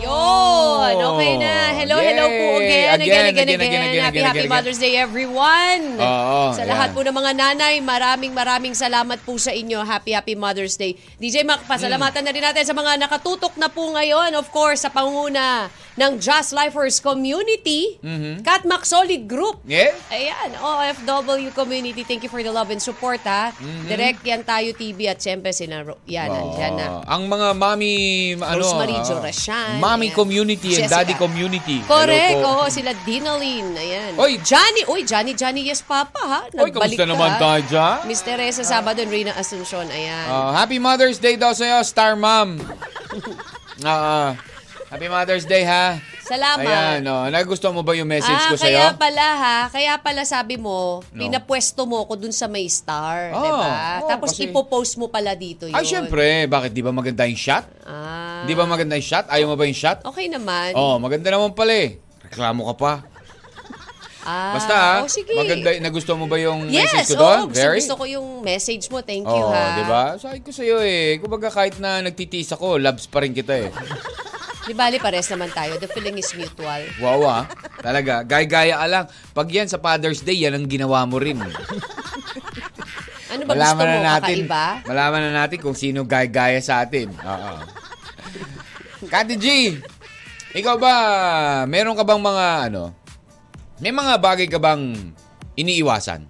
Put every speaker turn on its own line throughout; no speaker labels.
Yun! Okay na. Hello,
Oh, Yay!
hello po again. Again, again, again.
Again, again, again, again,
happy,
again,
happy
again.
Mother's Day, everyone!
Oo,
sa
yeah.
lahat po ng mga nanay, maraming maraming salamat po sa inyo. Happy, happy Mother's Day. DJ Mac, pasalamatan na rin natin sa mga nakatutok na po ngayon. Of course, sa panguna ng Just Lifers Community, Kat Mac Solid Group.
Mm-hmm. Yeah?
Ayan, OFW community, thank you for the love and support ha.
Mm-hmm.
Direct yan tayo TV at syempre sila Ro- yan,
Oo.
andyan na.
Uh, Ang mga mommy, ano,
Rosemary
ah,
Jorashan,
Mommy
ayan.
community and
Jessica.
daddy community.
Correct.
Hello po.
Oo, sila Dinaline. Ayan.
Oy!
Johnny. Oy, Johnny, Johnny, yes, Papa, ha?
Oy, kamusta naman tayo dyan?
Miss Teresa Sabado and Rina Asuncion. Ayan.
Ah, happy Mother's Day daw sa'yo, Star Mom. Ah, ah. happy Mother's Day, ha?
Salamat.
Ayan, oh. Nagustuhan mo ba yung message
ah,
ko
kaya
sa'yo?
pala ha, kaya pala sabi mo, pinapwesto mo ko dun sa may star,
Oo,
di ba?
oo,
Tapos
Ah, oh, kasi-
ipopost mo pala dito yun.
Ay, syempre. Bakit? Di ba maganda yung shot?
Ah,
Di ba maganda yung shot? Ayaw mo ba yung shot?
okay naman.
Oh, maganda naman pala eh. Reklamo ka pa.
Ah,
Basta ha,
oh, sige.
maganda, nagustuhan mo ba yung
Yes,
message ko doon?
oo, gusto,
Very?
gusto ko yung message mo. Thank you
Oo,
ha.
di ba? Oh, diba? Sabi ko sa'yo eh. Kumbaga kahit na nagtitiis ako, loves pa rin kita eh.
Di bali, pares naman tayo. The feeling is mutual.
Wow ah. Talaga, gaya-gaya ka lang. Pag yan sa Father's Day, yan ang ginawa mo rin. eh.
Ano ba gusto mo? Kakaiba?
malaman na natin kung sino gaya-gaya sa atin. Oo. Kati G, ikaw ba, meron ka bang mga ano, may mga bagay ka bang iniiwasan?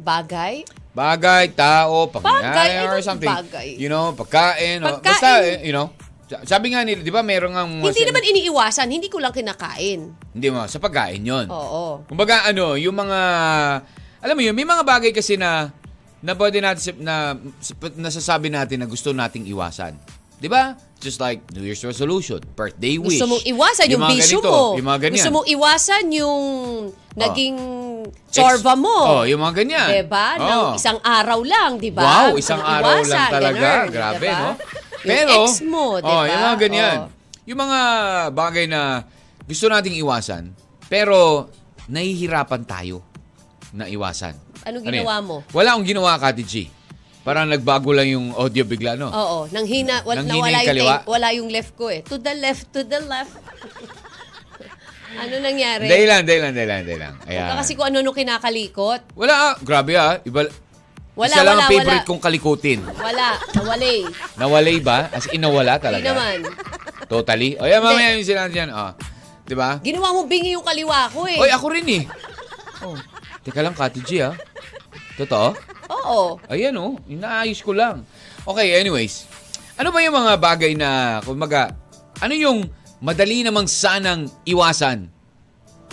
Bagay?
Bagay, tao,
Bagay, I
pangyayari or
think
something.
bagay.
You know, pagkain. o-
Pagkain.
Basta, eh, you know, sa- sabi nga nila, di ba meron nga...
Hindi naman iniiwasan, hindi ko lang kinakain.
Hindi mo, sa pagkain yon.
Oo.
Kumbaga ano, yung mga alam mo yun, may mga bagay kasi na na pwede natin sip- na sip- nasasabi natin na gusto nating iwasan. 'Di ba? Just like New Year's resolution, birthday wish.
Gusto mong iwasan yung,
mga
bisyo
ganito,
mo.
Yung mga ganyan.
Gusto mong iwasan yung naging chorva mo.
Oh, yung mga ganyan. Oh.
Diba? Nang
Oo.
isang araw lang, diba?
Wow,
Gusto
isang
mong
araw lang
iwasan,
talaga.
ganun,
Grabe,
diba?
no?
yung ex mo, diba?
Oh, yung mga ganyan.
Oh.
Yung mga bagay na gusto nating iwasan, pero nahihirapan tayo na iwasan. Ano
Anong Ano ginawa
yan?
mo?
Wala akong ginawa, Kati G. Parang nagbago lang yung audio bigla, no?
Oo, nang hina, wal,
Nang
na
hina
wala,
yung
yung
kaliwa?
tape, wala yung left ko eh. To the left, to the left. ano nangyari?
Dahil lang, dahil lang, dahil lang, dahil lang. Ayan.
Huwag ka kasi kung ano-ano kinakalikot.
Wala ah, grabe ah. Iba,
Wala,
isa lang
wala,
ang favorite
wala.
kong kalikutin.
Wala, nawalay.
Nawalay ba? As in, nawala
Hindi
talaga.
naman.
Totally. O yan, mamaya yung sinabi dyan. Oh. Diba?
Ginawa mo bingi yung kaliwa ko eh.
Oy, ako rin eh. Oh. Teka lang, Kati G ah. Totoo?
Oo.
Ayan oh, inaayos ko lang. Okay, anyways. Ano ba yung mga bagay na, kumbaga, ano yung madali namang sanang iwasan?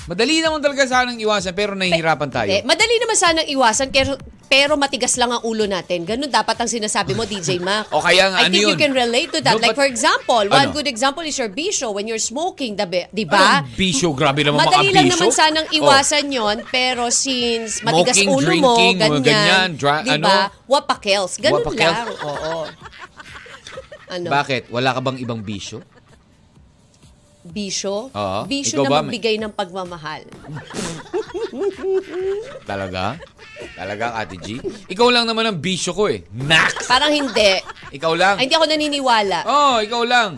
Madali naman talaga sanang iwasan, pero nahihirapan tayo.
Hindi. Eh, Madali naman sanang iwasan, pero, pero matigas lang ang ulo natin. Ganun dapat ang sinasabi mo, DJ Mac.
O kaya nga,
I
ano
think you
yun?
can relate to that.
No,
like
but-
for example, one
Ano?
good example is your bisyo when you're smoking, dabi- di ba?
Anong bisyo? Grabe naman
Madali
Ano? mga
lang
bisyo.
naman sanang
Oh.
iwasan yon pero since matigas
Smoking,
ulo
drinking,
mo, ganyan,
mga ganyan, dra- ano?
di ba? Wapakels. Ganun
Wapakels.
lang. Oo. Ano?
Bakit? Wala ka bang ibang bisyo?
Bisyo?
Oo.
Bisyo
Ikaw
na
ba, may-
magbigay ng pagmamahal.
Talaga? Talaga, Ate G? Ikaw lang naman ang bisyo ko eh. Max!
Parang hindi.
Ikaw lang.
Ay, hindi ako naniniwala.
Oh, ikaw lang.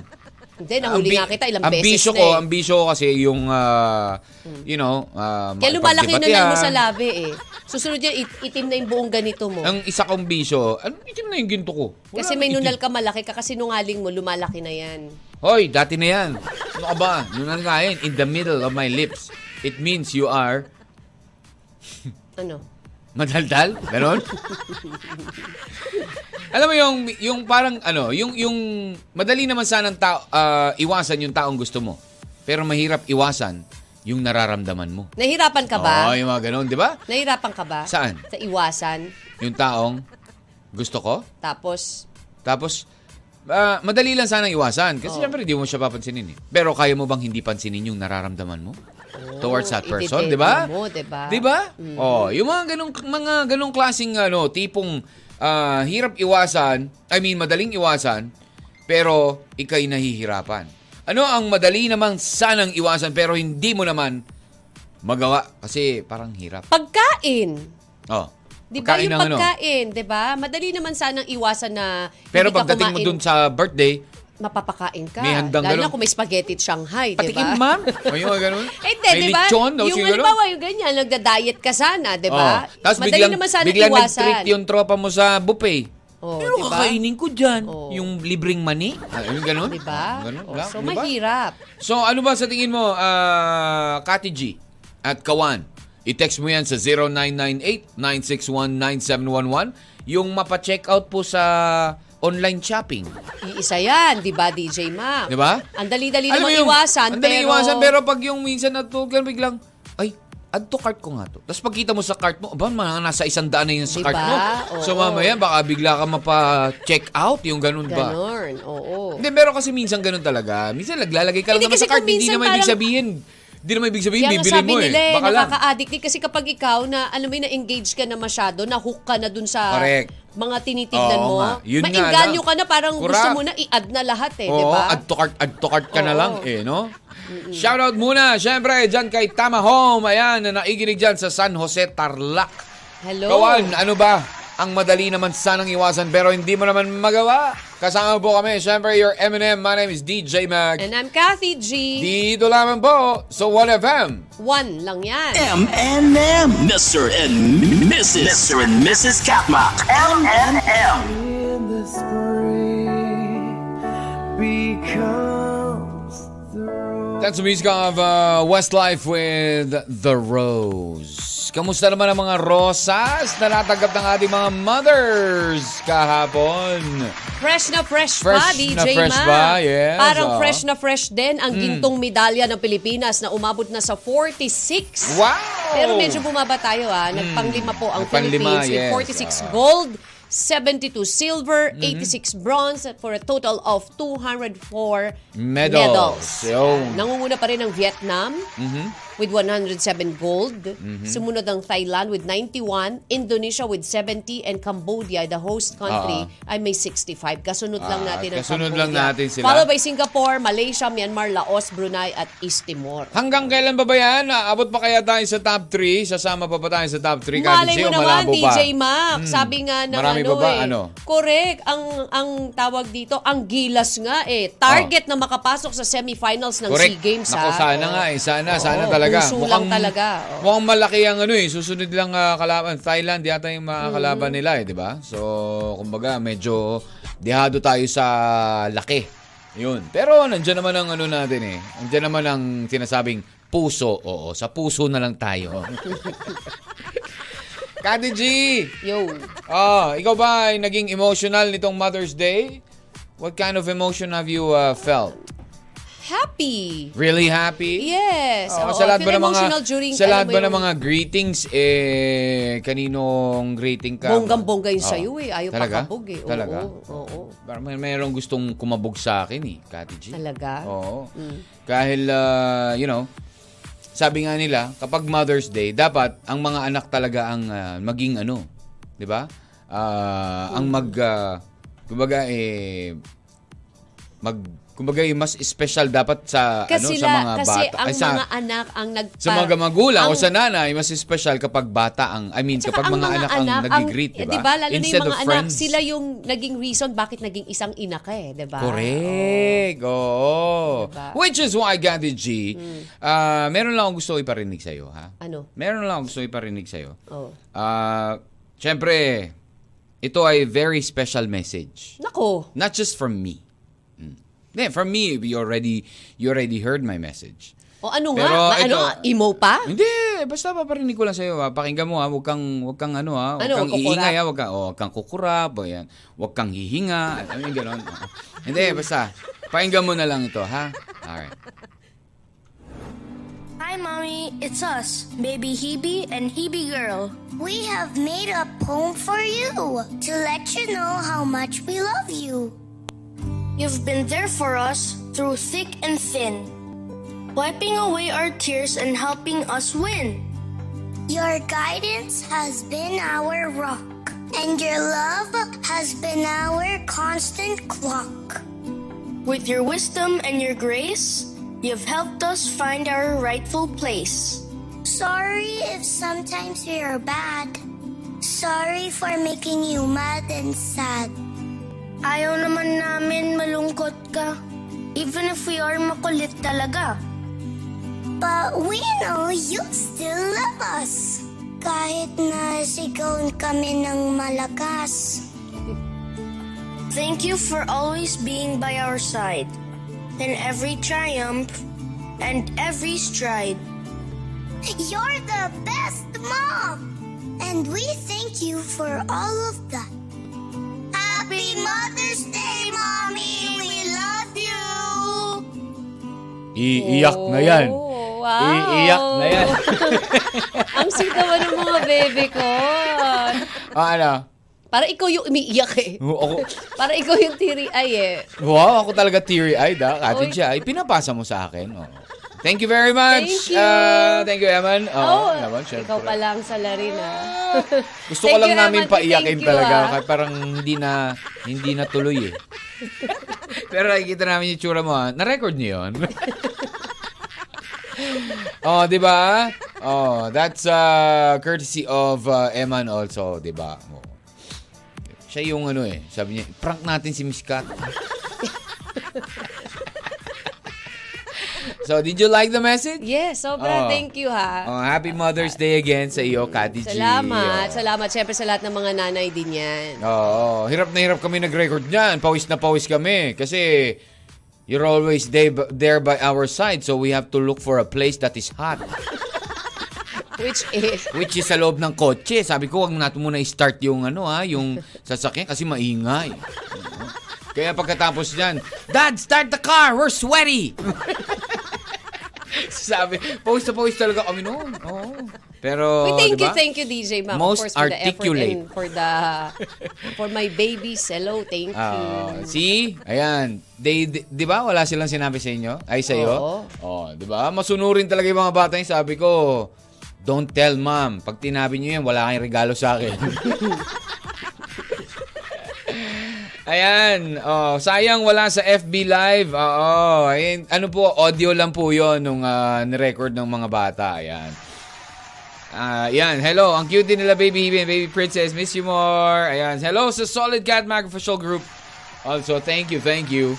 Hindi, nahuli
bi-
nga kita ilang
ang
beses
bisyo
na
ko,
eh. Hmm.
ang bisyo ko kasi yung, ah, you know, ah,
Kaya lumalaki yung nanay
makipagdebatehan.
mo sa labi eh. Susunod yan, it- itim na yung buong ganito mo.
Ang isa kong bisyo, ano itim na yung ginto ko? Wala
kasi
akong
may
itim.
nunal ka malaki ka kasi nungaling mo, lumalaki na yan.
Hoy, dati na yan. Ano ka ba? Nunal nga yan, in the middle of my lips. It means you are
Ano?
madaldal. Ganon? Alam mo yung yung parang ano, yung yung madali naman sanang tao ah, iwasan yung taong gusto mo. Pero mahirap iwasan yung nararamdaman mo.
Nahirapan ka ba?
Oo, yung mga ganon, di ba?
Nahirapan ka ba?
Saan?
Sa iwasan.
Yung taong gusto ko,
Tapos,
Tapos, ah, madali lang sanang iwasan.
Oo.
Kasi syempre, di mo siya papansinin eh. Pero kaya mo bang hindi pansinin yung nararamdaman mo? towards that
Ititema
person, di ba?
Oh, mo, di ba? Mm.
Di ba? Oh, yung mga ganong mga ganong klaseng ano, tipong ah, hirap iwasan, I mean madaling iwasan, pero ikay nahihirapan. Ano ang madali namang sanang iwasan pero hindi mo naman magawa kasi parang hirap.
Pagkain.
Oh.
Di ba
Pagkain
yung
ng ano.
pagkain, di ba? Madali naman sanang iwasan na
Pero
hindi ka
pagdating mo
kumain,
dun sa birthday,
mapapakain ka.
May handang
Lalo na
ganun.
kung may spaghetti at Shanghai, di ba?
patikim ma'am. diba? O yung mga ganun.
Eh, di, di ba?
lechon, daw
Yung
siguro.
halimbawa, yung ganyan, nagda-diet ka sana, di ba?
Oh. Tapos
Madali
biglang,
naman sana
biglang
iwasan.
nag-treat yung tropa mo sa buffet.
Oh,
Pero
diba?
kakainin ko dyan.
Oh.
Yung libreng mani. Ah, yung ganun.
Di ba?
Oh, ganun,
Oh,
wala.
so,
Di ba?
mahirap.
So, ano ba sa tingin mo, ah, Kati G at Kawan? I-text mo yan sa 0998-961-9711. Yung mapacheck out po sa online shopping.
Iisa yan, di ba, DJ Mac?
Di ba?
Ang dali-dali
Alam mo
namang
yung-
iwasan,
ang daling
pero...
iwasan, pero pag yung minsan natugan, biglang, ay, add to cart ko nga to. Tapos pagkita mo sa cart mo, aba, mga nasa isang daan na yun sa
Diba?
cart mo.
Oo.
So mamaya, baka bigla ka mapa-check out, yung ganun ba?
Ganon, oo.
Hindi, pero kasi minsan ganun talaga. Minsan naglalagay ka lang
Hindi,
naman
kasi
sa card,
kung
hindi
minsan
naman ibig
parang-
sabihin. Hindi naman ibig sabihin,
Yan ang
bibili
sabi
mo eh.
nila eh,
Baka lang.
nakaka-addict eh. Kasi kapag ikaw na, alam mo yun, na-engage ka na masyado, na-hook ka na dun sa
Correct.
mga tinitignan
Oo
mo,
nga, yun nga
mainganyo
lang.
ka na, parang gusto
Correct.
mo na i-add na lahat eh, di
Oo,
ba?
add to cart, add to cart ka na
Oo.
lang eh, no? Shoutout muna, syempre, dyan kay Tama Home, ayan, na naiginig dyan sa San Jose, Tarlac.
Hello.
Kawan, ano ba? Ang madali naman sanang iwasan pero hindi mo naman magawa. Kasama po kami, syempre, your M&M. My name is DJ Mag.
And I'm Kathy G.
Dito lamang po sa 1FM.
One lang yan.
Eh.
M and M. Mr. and Mrs. Mr. and Mrs. Katmak.
M and M.
in the spring becomes the rose.
That's the music of uh, Westlife with The Rose. Kamusta naman ang mga rosas na natanggap ng ating mga mothers kahapon?
Fresh na fresh, pa,
Fresh na
DJ
fresh
Ma.
ba? Yes,
Parang
ah. Hmm.
fresh na fresh din ang gintong medalya ng Pilipinas na umabot na sa 46.
Wow! Hmm.
Pero medyo bumaba tayo ha. Nagpanglima po ang
Nagpanglima,
Philippines
yes.
with 46
Ah. Mm-hmm.
gold, 72 silver, 86 bronze for a total of 204
Medals. Yo.
Nangunguna pa rin ang Vietnam
Mm-hmm.
with 107 gold. Sumunod ang Thailand with 91, Indonesia with 70, and Cambodia, the host country, ay may 65. Kasunod lang
Ah,
natin ang
kasunod
Cambodia.
lang natin sila.
Followed by Singapore, Malaysia, Myanmar, Laos, Brunei, at East Timor.
Hanggang kailan ba ba yan? Aabot pa kaya tayo sa top 3? Sasama pa ba tayo sa top 3?
Malay mo naman, DJ Mac. Sabi nga ng
Hmm. Marami
ano
pa ba?
eh.
Ano?
Correct. Ang ang tawag dito, ang gilas nga eh. Target na makapasok sa semifinals ng
Oh. Correct.
SEA Games
Nako,
ha?
sana
Oo.
nga eh. Sana,
Oo,
sana talaga.
puso lang talaga. Oo.
Mukhang malaki ang ano eh. Susunod lang ah, kalaban. Thailand yata yung mga
Mm.
kalaban nila eh, di ba? So, kumbaga medyo dihado tayo sa laki. Yun. Pero nandiyan naman ang ano natin eh. Nandiyan naman ang sinasabing puso. Oo, sa puso na lang tayo. Kati G!
Yo.
Ah, ikaw ba ay naging emotional nitong Mother's Day? What kind of emotion have you ah, felt?
Happy.
Really happy?
Yes.
Oo,
Oo,
Oh, sa
I
lahat ba
feel
ng mga
emotional during, ano
sa lahat
alam mo
ba ng
yung-
mga greetings eh kaninong greeting ka?
Bonggang-bongga yun
Oo.
sa'yo eh. Ayaw
Oh. Talaga?
pakabog eh. Oo,
Talaga?
oo, oo.
Parang may merong gustong kumabog sa akin eh, Kati G.
Talaga? Mm.
Oo. Kahil, ah, you know, sabi nga nila, kapag Mother's Day, dapat ang mga anak talaga ang ah, maging ano, di ba?
Mm.
Ah, Ang mag, ah, kumbaga eh, mag, kumbaga eh, mas special dapat sa,
Kasi,
ano, sa
la,
mga
kasi
bata.
ang
ay, sa,
mga anak ang nagpa...
sa mga magulang
ang-
o sa nanay, mas special kapag bata ang, I mean,
Tsaka
kapag mga, anak, ang nagigreet, di ba?
eh, diba? Lalo na
Instead
yung mga
of
anak,
friends.
sila yung naging reason bakit naging isang ina ka eh, di ba?
Correct. Oo.
Diba? Hmm.
Which is why, Gandhi G, ah, meron lang akong gusto iparinig sa'yo, ha?
Ano? Oh.
Meron lang akong gusto iparinig sa'yo.
Oo.
Ah, Siyempre, ito ay very special message.
Nako.
Not just from me. Mm. Hindi, from me, you already, you already heard my message.
O ano nga?
Pero
Ma- ano,
ito-
emo pa?
Hindi, basta paparinig ko lang sa'yo. Ha? Pakinggan mo ha, huwag kang, huwag kang ano ha, huwag
Ano,
kang
kukurap?
iingay ha, huwag kang, oh, huwag kang kukurap, o yan. huwag kang hihinga, alam mo yung gano'n. Hindi, basta, pakinggan mo na lang ito ha. Alright.
Hi, Mommy. It's us, Baby Hebe and Hebe Girl.
We have made a poem for you to let you know how much we love you.
You've been there for us through thick and thin, wiping away our tears and helping us win.
Your guidance has been our rock, and your love has been our constant clock.
With your wisdom and your grace, you've helped us find our rightful place.
Sorry if sometimes we are bad. Sorry for making you mad and sad.
Ayaw naman namin malungkot ka, even if we are makulit talaga.
But we know you still love us. Kahit na sigawan kami ng malakas.
Thank you for always being by our side, in every triumph and every stride.
You're the best mom! And we thank you for all of that. Happy Mother's Day, Mommy! We love you!
Iiyak na yan.
Oh, wow.
Iiyak na yan.
Ang sigawan ng mga bebe ko.
ah, ano?
Para ikaw yung umiiyak eh.
Oo, Ako,
Para ikaw yung tiri ay eh.
wow, ako talaga teary-eyed ha. Katin
Uy.
siya. Ay, pinapasa mo sa akin. Oo. Thank you very
Thank
much.
you.
Ah, thank you, Eman. Oo,
Oh,
Eman, syempre.
ikaw pa lang sa larina.
Gusto ko
Thank
lang
you,
namin
Eman.
paiyakin
Thank you,
talaga.
ah.
Kahit parang hindi na, hindi na tuloy eh. Pero nakikita namin yung tsura mo ha. Na-record niyo yun. oh, di ba? Oh, that's uh, courtesy of uh, Eman also, di ba? Oh. Siya yung ano eh. Sabi niya, prank natin si Miss Kat. so, did you like the message?
Yes, sobra.
Oh.
Thank you ha.
Oh, happy Mother's Day again sa iyo, Kati G.
Salamat.
Oh.
Salamat. Siyempre sa lahat ng mga nanay din yan.
Ah. Oo, hirap na hirap kami nag-record niyan. Pawis na pawis kami kasi you're always day- there by our side so we have to look for a place that is hot.
Which is,
Which is sa loob ng kotse. Sabi ko, wag natin muna i-start yung ano ha, yung sasakyan kasi maingay. Oo. Kaya pagkatapos niyan, Dad, start the car! We're sweaty! Sabi, pawis na pawis talaga kami noon. Oo. Pero,
we thank you,
diba?
thank you, DJ Mac. of
Most
course, for the effort
articulate.
and for the, for my babies. Hello, thank you.
Ah, see? Ayan. They, di, di ba wala silang sinabi sa inyo? Ay, sa iyo?
Oo.
Oh, di ba? Masunurin talaga yung mga bata yung sabi ko. Don't tell mom. Pag tinabi niyo yan, wala kang regalo sa akin. Ayan. Oh, sayang wala sa FB Live. Oo. Ayan. Ano po, audio lang po yon nung ah, nirecord ng mga bata. Ayan. Ah, yan. Hello. Ang cute din nila, Baby Hebe and Baby Princess. Miss you more. Ayan. Hello sa Solid Cat Mag Official Group. Also, thank you, thank you.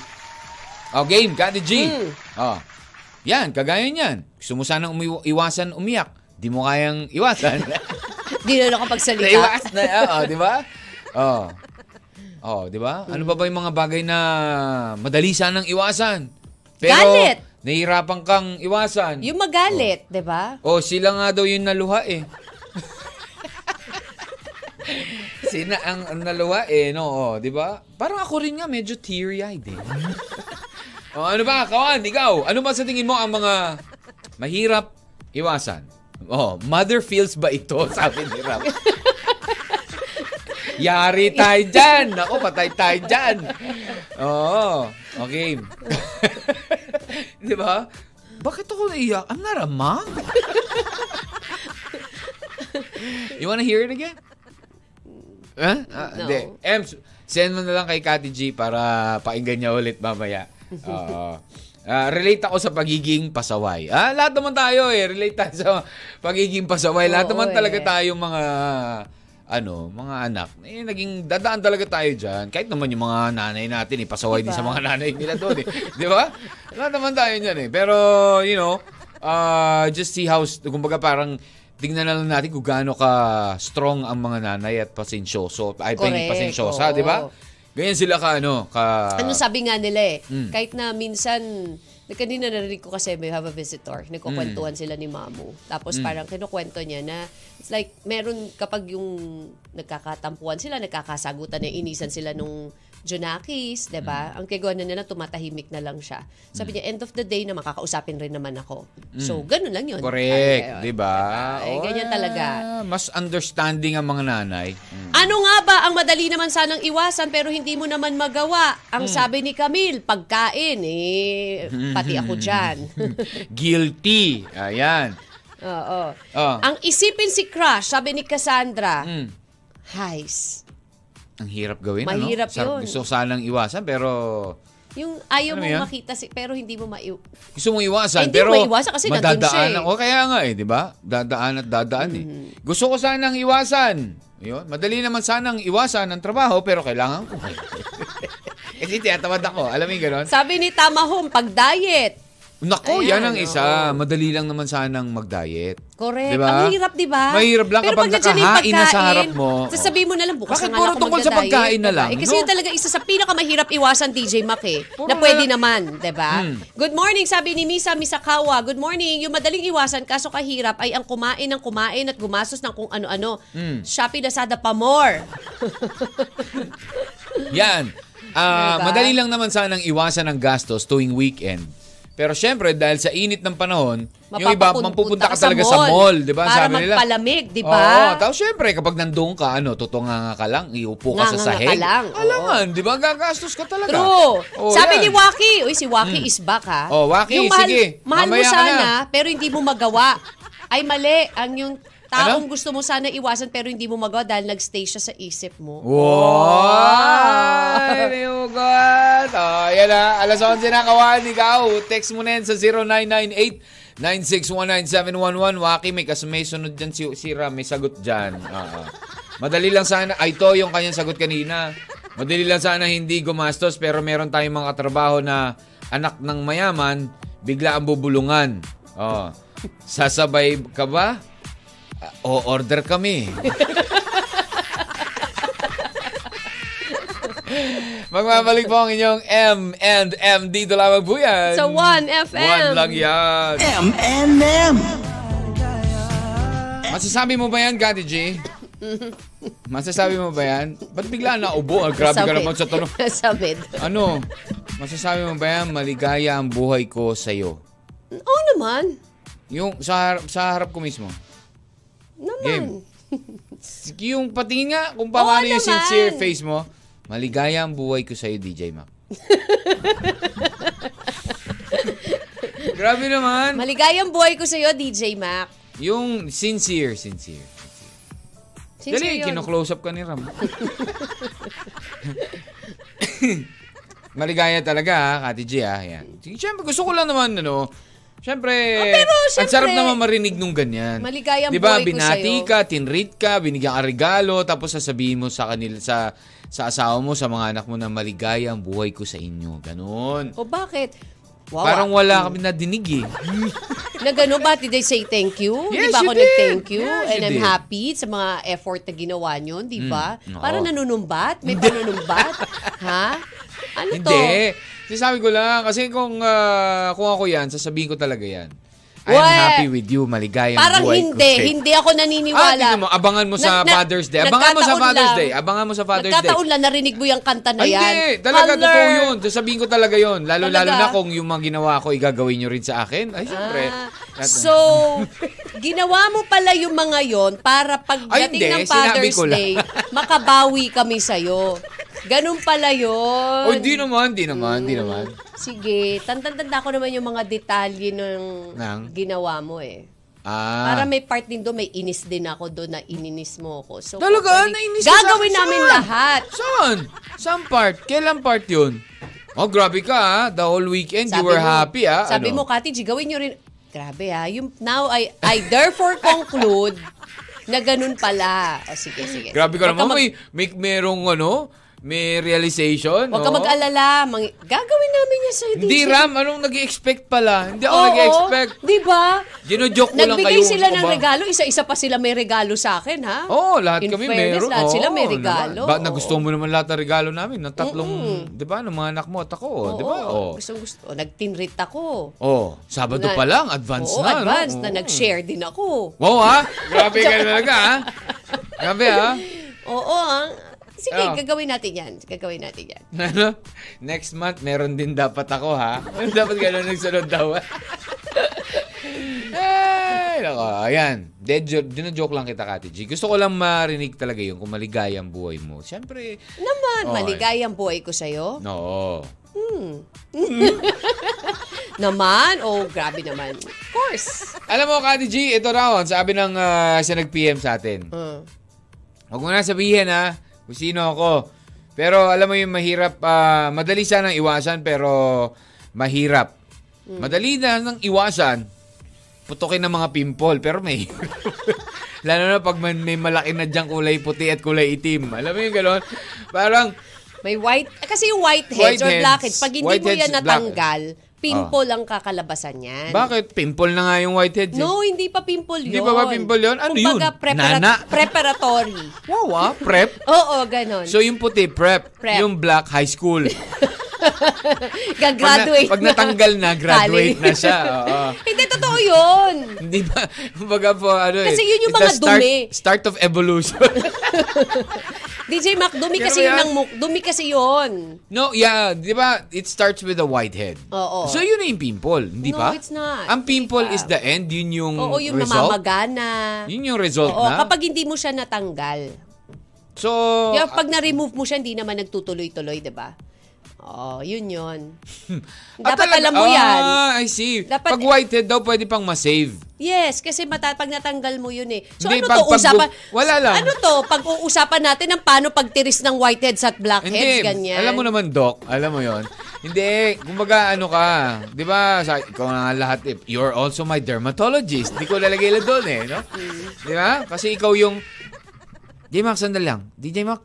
Oh, game. Kati G. Oh. Yan, kagaya niyan. Gusto mo sanang umiw- iwasan umiyak. Di mo kayang iwasan.
Di na nakapagsalita.
Naiwas na. Oo, di ba? Oo. Oo, di ba? Ano ba ba yung mga bagay na madali sanang iwasan? Pero,
Galit.
Nahihirapan kang iwasan.
Yung magalit, di ba?
Oh, sila nga daw yung naluha eh. Sina ang ang naluha eh, no? Oh, 'di ba? Parang ako rin nga medyo teary-eyed eh. oh, ano ba, Kawan, ikaw? Ano ba sa tingin mo ang mga mahirap iwasan? Oh, mother feels ba ito? Sabi ni Ram. Yari tayo dyan. Ako, patay tayo dyan. Oo. Oh, okay. Di ba? Bakit ako naiyak? I'm not a mom. you wanna hear it again? Huh? Ah,
No.
Hindi. Ems, send mo na lang kay Kati G para pakinggan niya ulit mamaya. Oo. Ah, relate ako sa pagiging pasaway. Ah, lahat naman tayo eh. Relate tayo sa pagiging pasaway. lahat
Oo,
naman talaga
eh.
tayo tayong mga ano, mga anak, eh, naging dadaan talaga tayo dyan. Kahit naman yung mga nanay natin, eh, pasaway din sa
Diba?
mga nanay nila doon. Eh. Di ba? Wala naman tayo dyan eh. Pero, you know, uh, just see how, kumbaga parang, tingnan na lang natin kung gaano ka strong ang mga nanay at pasensyoso.
Correct,
Ay, Correct. pasensyosa,
oo.
di ba? Ganyan sila ka, ano, ka...
ano sabi nga nila eh,
Mm.
kahit na minsan, na- kanina narinig ko kasi may have a visitor, nagkukwentuhan
Mm.
sila ni Mamu. Tapos parang kinukwento niya na, it's like, meron kapag yung nagkakatampuan sila, nagkakasagutan, nainisan sila nung Junakis, 'di
Mm.
ba? Ang kegono nila tumatahimik na lang siya. Sabi niya end of the day na makakausapin rin naman ako. So ganun lang 'yun.
Mm. Correct,
Ayun.
di ba?
Ay, ganyan talaga.
Ah, Mas understanding ang mga nanay. Mm.
Ano nga ba ang madali naman sanang iwasan pero hindi mo naman magawa? Ang
Hmm.
sabi ni Camille, pagkain eh pati ako diyan.
Guilty. Ayan.
Oo.
Oh, ang,
Ang isipin si Crush, sabi ni Cassandra,
mm,
Heis.
ang hirap gawin.
Mahirap
ano? Sa-
yun.
Gusto ko sanang iwasan, pero...
Yung ayaw
Ano
mo
yan?
makita si pero hindi mo maiw.
Gusto mong iwasan,
Hindi
pero
mo maiwasan kasi nandun siya eh. Mm-hmm.
O kaya nga eh, di ba? Dadaan at dadaan eh. Gusto ko sanang iwasan. Yun. Madali naman sanang iwasan ang trabaho, pero kailangan ko. Kasi tinatamad ako. Alam mo yung ganon?
Sabi ni Tamahom, pag diet.
Nako,
Ayan,
yan ang
oo.
isa. Madali lang naman sanang mag-diet.
Correct.
Diba?
Ang hirap, di ba?
Mahirap lang
Pero
kapag
pag nandiyan na yung
nakahain na sa
pagkain,
harap mo.
Sasabihin mo na lang, bukas
Bakit
na nga
puro
ako
tungkol sa
magda-diet,
pagkain na
diba?
lang,
Eh, kasi
no?
yun talaga isa sa pinakamahirap iwasan, DJ Mac eh.
Puro
na pwede
na-
naman, di ba?
Hmm.
Good morning, sabi ni Misa Misakawa. Good morning. Yung madaling iwasan kaso kahirap ay ang kumain ng kumain at gumastos ng kung ano-ano.
Hmm.
Shopee Lazada pa more.
Yan. Ah,
Diba?
Madali lang naman sanang iwasan ang gastos tuwing weekend. Pero syempre, dahil sa init ng panahon, yung iba,
Mapapapunta
mampupunta
ka
ka
sa
talaga
mall.
sa mall, di ba?
Para
Sabi nila.
magpalamig, di ba?
Oo, tapos syempre, kapag nandoon ka, ano, totoo ka lang, iupo ka
Nganganga
sa
ka
sahig.
lang, oo.
Alangan, di ba? Gagastos ka talaga.
True.
Oo,
Sabi
Oh, yan.
ni Waki, uy, si Waki is back ha.
Oh, Waki,
yung mahal,
sige.
Mahal mo
Mamaya ka
sana,
na.
pero hindi mo magawa. Ay, mali. Ang yung taong
Ano?
gusto mo sana iwasan, pero hindi mo magawa dahil nagstay siya sa isip
Oh,
mo.
Wow! May ugot. Oh, yan na. Alas 11 na kawan. Ikaw, text mo na yan sa 0998-9619711. Waki, may kas may sunod dyan si, si Ram. May sagot dyan. Oo. Madali lang sana. Ay, to yung kanyang sagot kanina. Madali lang sana hindi gumastos pero meron tayong mga katrabaho na anak ng mayaman, bigla ang bubulungan. Oh. Sasabay ka ba? Ah, O order kami. Magbabalik po ang inyong M&M dito lamang po yan.
Sa 1FM.
One lang yan.
M&M.
Masasabi mo ba yan, Gati G? Masasabi mo ba yan? Ba't bigla naubo? Ah, grabe
Sa
ka naman
mid.
sa tanong.
sa mid.
Ano? Masasabi mo ba yan? Maligaya ang buhay ko sa'yo.
Oo naman.
Yung sa, harap, sa harap ko mismo.
Naman.
Game. Sige, Yung patingin nga kung
Ano Oo
paano yung
naman.
sincere face mo. Maligaya ang buhay ko sa'yo, DJ Mac. Grabe naman.
Maligayang buhay ko sa'yo, DJ Mac.
Yung sincere, sincere.
Sincere
Dali,
yun.
kino-close up ka ni Ram. Maligaya talaga ha, Kati G ha. Yan. Sige, Siyempre, gusto ko lang naman, ano, Siyempre,
Ah, pero
ang sarap
siyempre,
naman marinig nung ganyan.
maligayang
Di ba,
buhay ko
binati
sa'yo.
ka, tinreat ka, binigyan ka regalo, tapos sasabihin mo sa kanila, sa sa asawa mo, sa mga anak mo na maligaya ang buhay ko sa inyo. Ganon.
O bakit? Wow,
Parang
ah.
wala kami nadinig eh.
Na gano'n ba? Did I say thank you? di
Yes,
ba
you
ako
did.
nag-thank you?
Yes, you
and I'm
did.
happy sa mga effort na ginawa nyo, di ba?
Mm, oo.
Parang nanunumbat? May panunumbat? ha? Ano to?
Hindi. Sinasabi ko lang. Kasi kung, ah, kung ako yan, sasabihin ko talaga yan. I'm
Weh.
happy with you. Maligayang
Parang
buhay ko.
hindi.
sa'yo.
Hindi ako
Ah,
naniniwala.
tingnan mo. Abangan mo sa
Na- na-
Father's Day. Abangan mo sa
nagkataon
Father's
lang.
Day. Abangan mo sa Father's Day.
Nagkataon lang narinig mo yung kanta na
Ay,
yan.
hindi. Talaga,
Holler!
totoo yun. Sasabihin ko talaga yun. Lalo-lalo
Talaga?
na kung yung mga ginawa ko, igagawin nyo rin sa akin. Ay, syempre.
Ah,
Lahat-
so, ginawa mo pala yung mga yon para pagdating
Ay, hindi.
ng Father's
Sinabi ko lang.
Day, makabawi kami sa'yo. Ganun pala yun.
Oh, di naman, di naman, di naman.
Sige, tanda-tanda ko naman yung mga detalye ng
Ng?
ginawa mo eh.
Ah.
Para may part din doon, may inis din ako doon na ininis mo ako. So,
Talaga?
kung pwede-
Nainis ka sa-
Gagawin namin
Saan?
lahat.
Saan? Saan part? Kailan part yun? Oh, grabe ka ha. The whole weekend, you were happy ah. ano? ha.
Sabi mo, Kati G, gawin nyo rin. Grabe ha. Yung, now, I, I therefore conclude na ganun pala. O sige, sige.
Grabe ka
Huwag
naman.
mag-
may, may, merong ano, may realization.
Huwag ka
no?
mag-alala. Mang- gagawin namin yan sa'yo.
Hindi,
DJ.
Ram. Anong nag expect pala? Hindi ako
Oo,
nag-expect.
Di ba?
Gino-joke ko lang kayo.
Nagbigay sila
Ano
ng
ba?
regalo. Isa-isa pa sila may regalo sa akin, ha?
Oo, oh, lahat
In
kami
fairness,
meron.
lahat
Oo,
sila may
naman.
regalo.
Ba, nagustuhan
Oo.
mo naman lahat ng regalo namin. Ng tatlong, di ba, ng mga anak mo at ako.
Oo,
di ba? Oo.
Gusto, gusto. O, nagtinrit ako.
Oh, Sabado
Na-
pa lang, advance
Oo,
na. no?
advance na
Oo.
nag-share din ako.
ah. Wow ha? Grabe ka talaga ha? Grabe ha?
Oo, ang Sige,
Oh.
gagawin natin yan. Gagawin natin yan.
Ano? Next month, meron din dapat ako, ha? dapat gano'n nagsunod daw. Ay, nako, ayan. Dead jo- dinajoke lang kita, Kati G. Gusto ko lang marinig talaga yun kung maligaya ang buhay mo. Siyempre,
Naman,
Okay.
maligayang buhay ko sa'yo.
no.
Naman? Oh, grabe naman. Of course.
Alam mo, Kati G, ito raw, ang sabi ng ah, siya nag-PM sa atin.
Mm.
Huwag mo na sabihin, ha, kung sino ako. Pero alam mo yung mahirap, ah, madali sanang iwasan, pero mahirap.
Hmm.
Madali na nang iwasan, putukin ng mga pimple, pero may... Lalo na pag man- may malaki na diyang kulay puti at kulay itim. Alam mo yung gano'n? Parang,
May white, ah, kasi yung whiteheads or
Whiteheads.
blackheads, pag hindi mo
Whiteheads, Ah.
yan
black-
natanggal, pimple ang kakalabasan yan.
bakit? Pimple na nga yung whitehead. eh.
No, hindi pa pimple yun.
Hindi pa ba pimple yun? Ano
Kumbaga,
yun?
prepara-
Nana?
preparatory.
Wow, ah, prep.
Oo, ganon.
So yung puti, prep.
Prep.
Yung black, high school.
Gagraduate
Pag na- pag natanggal na,
College.
graduate na siya, oo.
hindi, totoo yun.
Hindi ba? Kumbaga po, ano eh.
Kasi yun yung
it's
mga
the start,
dumi.
Start of evolution.
DJ Mac, dumi
Kaya
kasi
ba
yun
yan?
ang muk- Dumi kasi yun.
no, yeah, di ba? It starts with a whitehead.
Oo.
So yun na yung pimple, di
No,
ba?
it's not.
Ang pimple
Hindi
is
pa.
the end, yun yung
Oo, yung
Hmm, result.
namamagana.
Yun yung result
Oo,
na.
kapag hindi mo siya natanggal.
so, ah,
Yung pag na-remove mo siya, hindi naman nagtutuloy-tuloy, di ba? Oo, yun yun.
ah,
Dapat
talaga-
alam mo yan.
Ah, I see.
Dapat-
pag whitehead daw, pwede pang masave.
Yes, kasi mata, pag natanggal mo yun eh. So
Hindi,
ano
pag-
to,
pag-
usapan?
wala lang.
Ano to, pag-uusapan natin ng paano pagtiris ng whiteheads at blackheads,
Hindi,
ganyan.
alam mo naman, Doc. Alam mo yon. Hindi, kumbaga ano ka, di ba, sa, ikaw na nga lahat, eh, you're also my dermatologist. Di ko lalagay lang doon eh, no?
Mm.
Di ba? Kasi ikaw yung, DJ Mac, sandal lang. DJ Mac,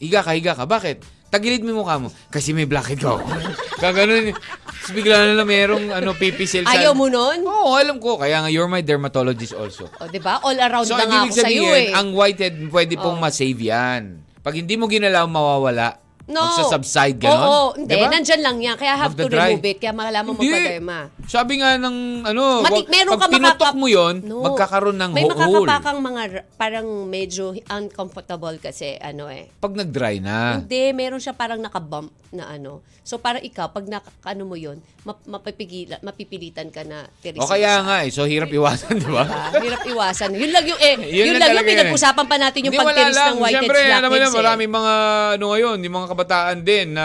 higa ka, higa ka. Bakit? Tagilid mo yung mukha mo. Kasi may blackhead ako. Kaganoon, tapos bigla na lang merong ano, pipisil sa...
Ayaw mo nun?
Oo, alam ko. Kaya nga, you're my dermatologist also.
O, di ba? All around
So,
na nga ako
ang ibig
sa'yo
sabihin,
eh. Oh.
ang whitehead pwede pong masave yan. Pag hindi mo ginalaw, mawawala. Magsasubside, gano'n?
Oo, hindi. Nandyan lang yan. Kaya have to
Magdadry.
remove it. Kaya malaman mo
Hindi.
pa derma.
Sabi nga ng, ano,
Mati,
wag-
meron
pag
ka
pinutok
makaka-
mo yun,
No.
magkakaroon ng
May
hole.
makakapakang mga r- parang medyo uncomfortable kasi ano eh.
Pag nag-dry na.
Hindi, meron siya parang nakabump na ano. So parang ikaw, pag naka, ano mo yun, map- mapipigila- mapipilitan ka na tirisin
O kaya nga eh, so hirap iwasan, di ba?
Ah, hirap iwasan. Yun lang yung eh, yun,
Yun na
lang yung
talaga yun eh.
pinag-usapan pa natin yung
Hindi, wala
pagtiris
lang.
ng whiteheads
Siyempre, alam mo na,
blackheads. eh.
maraming mga, ano ngayon, yung mga kabataan din na,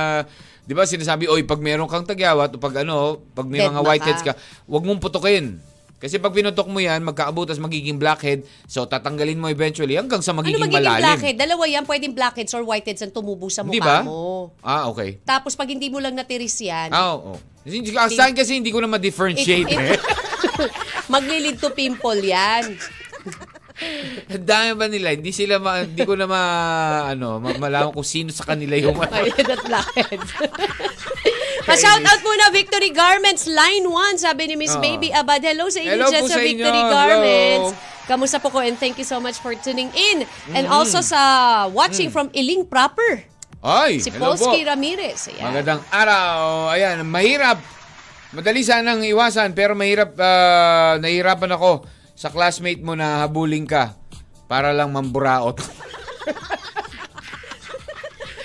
di ba, sinasabi, oy, pag meron kang tagyawat o pag ano, pag may
Dead
mga
ma
whiteheads
ka.
ka, huwag mong putukin. Kasi pag pinutok mo yan, magkaabot as magiging blackhead, so tatanggalin mo eventually hanggang sa
Ano
magiging,
magiging
malalim.
blackhead? Dalawa yan, pwedeng blackheads or whiteheads ang tumubo sa mukha
Di ba?
mo.
Ah, okay.
Tapos pag hindi mo lang natiris yan,
Ah, oo. Hindi- Sa akin kasi hindi ko na
It-
ma-differentiate. eh.
it- maglilid to pimple yan.
Ang dami ba nila? Hindi sila ma, hindi ko na ma, ano, ma- malaman kung sino sa kanila yung
Whitehead at blackhead. Pa-shoutout muna Victory Garments Line 1 sabi ni Miss
Ah.
Baby Abad. Hello sa inyo
Hello
dyan
po
sa
sa inyo.
Victory
Hello.
Garments. Kamusta po ko and thank you so much for tuning in. And
Mm-hmm.
also sa watching from Iling proper.
Ay,
Si
Mm. hello po.
Polsky Ramirez. Ayan.
Magandang araw. Ayan, mahirap. Madali sanang iwasan pero mahirap ah, nahihirapan ako sa classmate mo na habulin ka para lang mamburaot.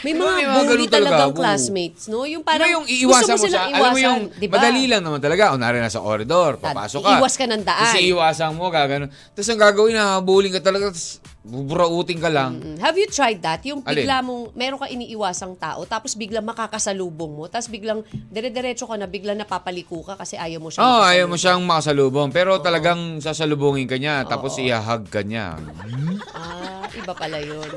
May
Diba,
mga
may mga
bully
ganun talaga
talagang
ako.
classmates, no? Yung
Parang
parang
yung iiwasan mo
gusto mo
siya.
silang
Alam mo
iwasan,
yung
diba?
madali lang naman talaga. Kunwari nasa corridor, papasok ka.
iiwas ka ng daan.
Tapos iiwasan mo, gagano. Tapos ang gagawin, hahabulin ka talaga. Tapos buburautin ka lang.
Mm. Have you tried that? Yung
Alin?
bigla mong, meron ka iniiwasang tao, tapos biglang makakasalubong mo, tapos biglang dire-diretso ka na, biglang napapaliko ka kasi ayaw mo siya.
Oo, oh,
makasalubong.
ayaw mo siyang makasalubong. Pero talagang sasalubungin ka niya, tapos ihahag ka niya.
Ah, iba pala yun.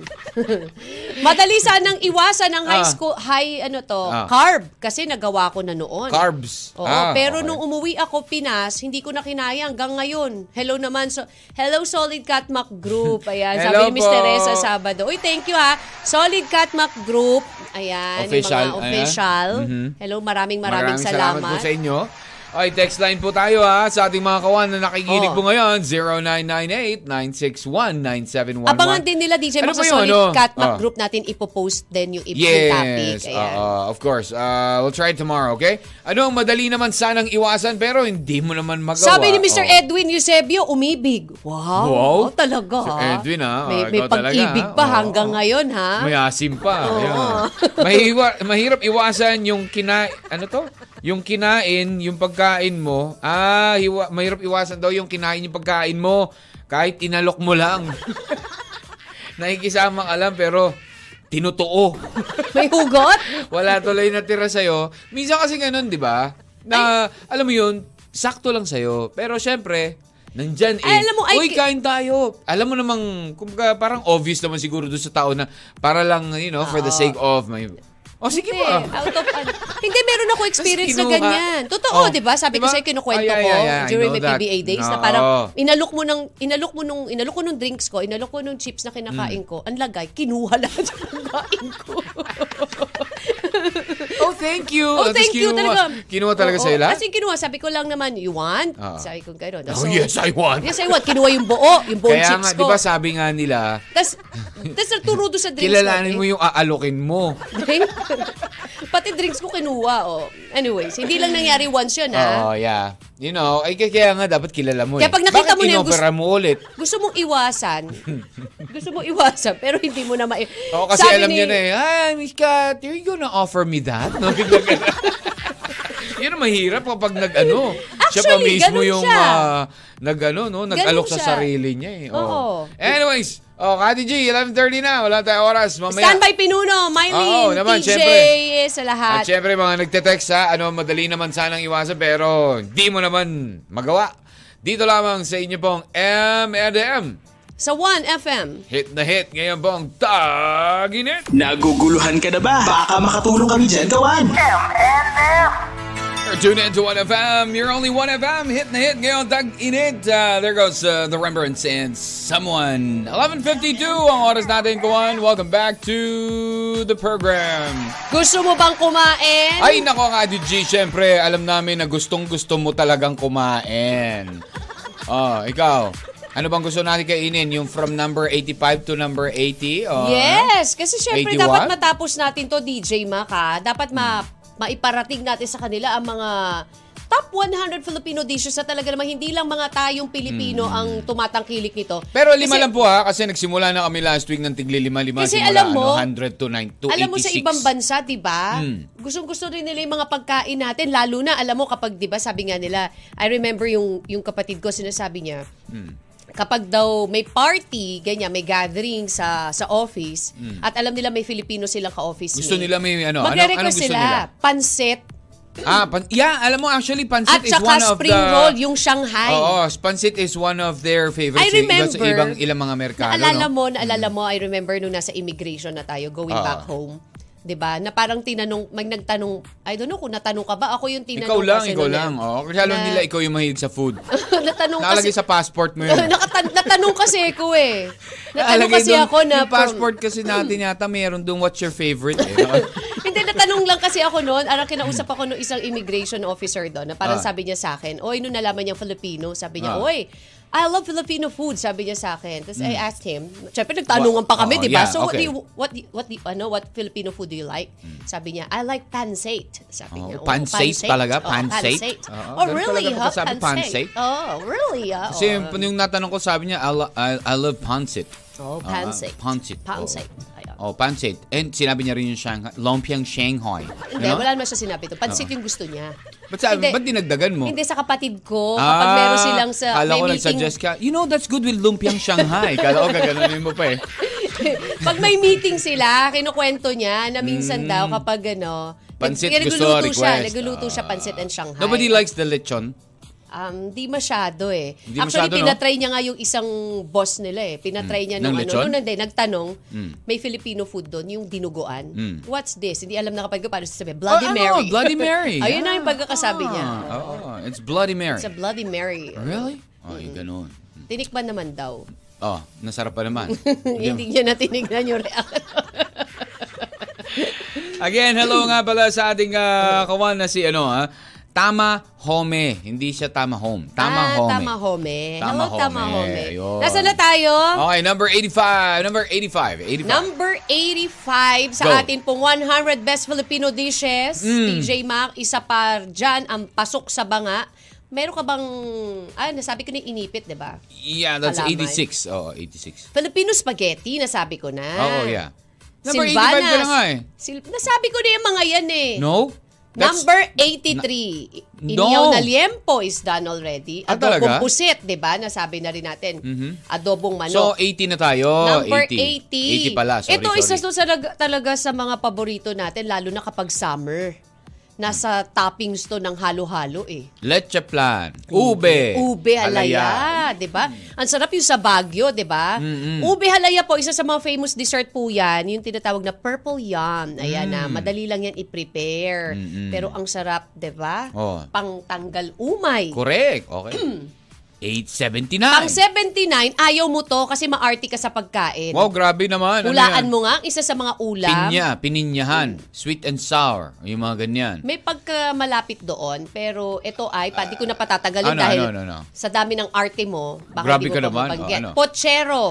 Madali sanang iwasan ang high
Ah.
school, high ano to,
Ah.
carb. Kasi nagawa ko na noon.
Carbs.
Oo,
Ah,
pero
okay.
nung umuwi ako Pinas, hindi ko na kinaya hanggang ngayon. Hello naman. So, hello Solid Catmac Group. Ayan,
Hello
sabi ni Miss
po.
Teresa Sabado. Uy, thank you ha. Solid Catmac Group. Ayan, yung
Official,
mga
ayan.
official. Hello, maraming maraming,
salamat po sa inyo. Ay, text line po tayo ha sa ating mga kawan na nakikinig
Oo.
po ngayon. 0998-961-9711.
Abangan din nila DJ Mac
Ano po
sa
yun,
solid
ano?
Catmac
Ah.
group natin ipopost din yung ibang topic.
Yes, Ah,
Ayan.
oo, of course. Uh, we'll try it tomorrow, okay? Ano ang madali naman sanang iwasan pero hindi mo naman magawa.
Sabi ni Mr.
Oo.
Edwin Eusebio, umibig. Wow,
Ah. Wow.
oh, talaga.
Sir Edwin, ah.
May,
Ah,
may
ikaw talaga,
pag-ibig
ah.
pa
Oo,
hanggang
oo.
ngayon, ha?
May asim pa.
Oo.
Ayan. Mahiwa- mahirap iwasan yung kina ano to? Yung kinain, yung pagkain mo. Ah, hiwa- mahirap iwasan daw yung kinain yung pagkain mo kahit inalok mo lang. Nakikisamang alam pero tinutuo.
May hugot?
Wala tuloy natira sa'yo. Minsan kasi ganun, di ba? Na, alam mo yun, sakto lang sa'yo. Pero syempre, nandyan eh.
Ay, alam mo, ay-
Uy, kain tayo. Alam mo namang, kumbaga, parang obvious naman siguro doon sa tao na para lang, you know, for the
Oo.
sake of may... Oh, sige
Ah. Hindi,
pa.
out of, ano. Hindi, meron ako experience na
Tapos kinuha.
ganyan. Totoo,
Oh,
di ba? Sabi
diba?
ko sa'yo, kinukwento
Ay, ay, ay, ay, I
ko during
know
my
that.
PBA days na
Oo.
parang inalok mo ng, inalok mo nung, inalok ko nung drinks ko, inalok ko nung chips na kinakain
Mm.
ko, ang lagay, kinuha lahat yung kinakain ko.
Oh, thank you.
Oh,
Tapos
thank you
kinuha-
talaga.
Kinuha talaga
Oo,
sa'yo lahat?
As in, kinuha. Sabi ko lang naman, you want?
Ah.
Sabi ko gano'n.
Oh, yes, I want.
Yes, I want. Kinuha yung buo, yung buong
Kaya nga,
chips
di
ko.
ba sabi nga nila,
Tapos, tapos nagturo doon sa drinks
kilalanin
natin.
mo yung aalokin mo.
Drink? Pati drinks ko kinuha, oh. Anyways, hindi lang nangyari once yun, ha?
Oo, yeah. You know, ay kaya- kaya nga dapat kilala mo
Kaya
eh.
pag nakita
Bakit
mo na yung
inopera mo ulit?
Gusto mong iwasan. gusto mong iwasan, pero hindi mo na ma...
Oo, kasi alam niya na eh, ah, Miss Kat, you're gonna offer me that? No, bigla ka na. Yun ang mahirap kapag nag-ano. siya pa
Actually,
mismo
ganun
yung
siya.
ah, nag-ano, no? Nag-alok
Ganun
sa
siya.
sarili niya eh. Oo.
Oo.
Anyways, oh, Kati G, 11.30 na. Wala tayong oras. Mamaya.
Standby Pinuno,
Oo,
Mylene, TJ,
naman, syempre.
eh, sa lahat.
At syempre, mga nagte-text ha, ano, madali naman sanang iwasan pero di mo naman magawa. Dito lamang sa inyo pong M&M.
Sa 1FM.
Hit na hit ngayon pong Taginit!
Naguguluhan ka na ba? Baka makatulong kami dyan, kawan.
You're tuned into 1FM. You're only 1FM. Hit na hit ngayon. Tag init. Uh, there goes uh, the remembrance and someone. 11.52 ang oras natin, Kuwan. Welcome back to the program.
Gusto mo bang kumain?
Ay, nako, Kadi G. Siyempre, alam namin na gustong-gusto mo talagang kumain. Oh, ikaw. Ano bang gusto natin kainin? Yung from number 85 to number 80? Oh.
Yes, kasi syempre
81?
dapat matapos natin to DJ Maka. Dapat ma maiparating natin sa kanila ang mga top 100 Filipino dishes na talaga namang hindi lang mga tayong Pilipino ang tumatangkilik nito.
Hmm. Pero lima
Kasi-
lang po ha, kasi nagsimula na kami last week ng tigli lima-lima.
Kasi
simula,
alam mo,
ano, 100 to 9 to
Alam mo sa
86.
ibang bansa, 'di ba?
Mm.
Gustong-gusto rin nila 'yung mga pagkain natin lalo na alam mo kapag 'di ba, sabi nga nila, I remember 'yung 'yung kapatid ko sinasabi niya.
Hmm.
Kapag daw may party, ganyan, may gathering sa sa office at alam nila may Filipino silang ka-office.
Hmm. Gusto
mate,
nila may ano, ano-
magre-request
anong gusto
sila,
nila?
pansit
Ah, pan- yeah, alam mo actually
at
pancit is
saka
one of
spring
the
roll, 'yung Shanghai.
Oo, pancit is one of their
I
favorites. sa iba-
remember.
sa ibang ilang mga Amerikano,
Naalala
no?
mo, naalala mo, I remember nung nasa immigration na tayo, going
mm. Ah.
back home. 'di ba? Na parang tinanong, mag nagtanong, I don't know kung natanong ka ba, ako yung tinanong
Ikaw lang,
kasi
ikaw
nun eh.
lang. Oo, kasi alam
Na-
nila ikaw yung mahilig sa food.
natanong kasi
Nakalagay sa passport mo yun.
Nakatan- natanong kasi ako eh. Natanong
Nakalagay
kasi
doon,
ako na
Yung passport kasi natin yata meron doon what's your favorite. Eh.
Hindi, natanong lang kasi ako noon. Arang kinausap ako ng isang immigration officer doon na parang
Ah.
sabi niya sa akin, oy, nung nalaman niya Filipino, sabi niya,
Ah.
oy, I love Filipino food, sabi niya sa akin. Tapos I asked him, syempre nagtanungan pa kami,
Oo,
di ba? so
Hmm. oh, yeah,
what do
okay. Hmm.
you, what, do you- what, do you- ano, what Filipino food do you like? Sabi niya, I like pancit. Sabi
Oh,
niya, "Oh,
pancit talaga?
Oh,
Pancit?
pancit.
Oo,
Oh,
ganun
really,
talaga
huh?
pagkasabi, pancit.
Pancit? Oh, really, ah?
Kasi yung,
Oh.
yung natanong ko, sabi niya, I, lo- I, I love pancit.
Oh,
Ah,
pancit.
pancit.
Pancit. Ayan.
Oh, pancit. And sinabi niya rin yung Shanghai, lumpiang Shanghai.
Hindi,
Ano? Ah.
wala naman siya sinabi to. Pansit yung gusto niya.
Ba't, sabi,
Hindi.
ba't dinagdagan mo?
Hindi sa kapatid ko. Kapag meron silang sa may
Ah, kala ko
meeting.
nag-suggest ka, you know, that's good with lumpiang Shanghai. kala ko gaganunin mo pa eh.
pag may meeting sila, kinukwento niya na minsan daw kapag ano,
Mm. Pansit
nag-
gusto,
nagluluto siya,
request.
nagluluto siya
Ah.
pansit and Shanghai.
Nobody likes the lechon.
Um, di masyado eh.
Di
Actually,
masyado, no? Mm.
pinatry niya nga yung isang boss nila eh. Pinatry niya
Ng
nung
lechon? Mm.
ano. Nung hindi, nagtanong, may Filipino food doon, yung dinuguan. What's this? Hindi alam na kapag ko paano sasabihin. Bloody
Oh, Mm. ano,
Mary.
Bloody Mary.
Ayun na yung pagkakasabi niya.
Ah, oo. it's Bloody Mary.
It's a Bloody Mary.
Really? Oh, yung ganun.
Tinikman naman daw.
Oh, nasarap pa naman.
Hindi niya na tinignan yung reaction.
Again, hello nga pala sa ating ah, kawan na si ano ha, Tama home. Hindi siya tama home. Tama
ah,
home. eh.
Tama home. Hello,
Tama home. eh.
Tama home. eh.
Ayun. Oh.
Nasaan na tayo?
Okay, number 85. Number 85. 85.
Number 85 sa
Go. Mm.
atin pong 100 Best Filipino Dishes. DJ Mac, isa pa dyan ang pasok sa banga. Meron ka bang, ah, nasabi ko na yung inipit, di ba?
Yeah, that's
Alaman.
86. Oo, 86.
Filipino spaghetti, nasabi ko na.
Oo, yeah. Number 85 ka na nga eh.
Sil- nasabi ko na yung mga yan eh.
No? That's-
Number 83.
Na-
Iniyaw
No.
na liempo is done already.
Ah,
Adobong
talaga? Mm-hmm.
pusit, di ba? Nasabi na rin natin. Adobong manok.
So, 80 na tayo.
Number
80.
80.
80 Oh, pala. Sorry,
Ito
sorry.
isa to sa, nag- talaga sa mga paborito natin, lalo na kapag summer. Nasa toppings to ng halo-halo eh.
Leche plan. Ube.
Ube halaya, 'di ba? Ang sarap yung sa Baguio, 'di ba? Ube halaya po isa sa mga famous dessert po 'yan, yung tinatawag na purple yam. Ayan
Mm.
na, madali lang 'yan i-prepare. Pero ang sarap, 'di ba?
Oo.
Pangtanggal umay.
Oh. Correct. Okay. 879.
Pang 79, ayaw mo to kasi maarte ka sa pagkain.
Wow, grabe naman. Ano
Hulaan
yan?
mo nga ang isa sa mga ulam.
Pinya, pininyahan. Sweet and sour. Yung mga ganyan.
May pagkamalapit doon, pero ito ay, pa, di ko na patatagalin
ano,
dahil
ano, ano, ano?
sa dami ng arte mo, baka
Grabe
di mo
ka
pa
naman.
mabanggit.
Oh, ano?
Pochero.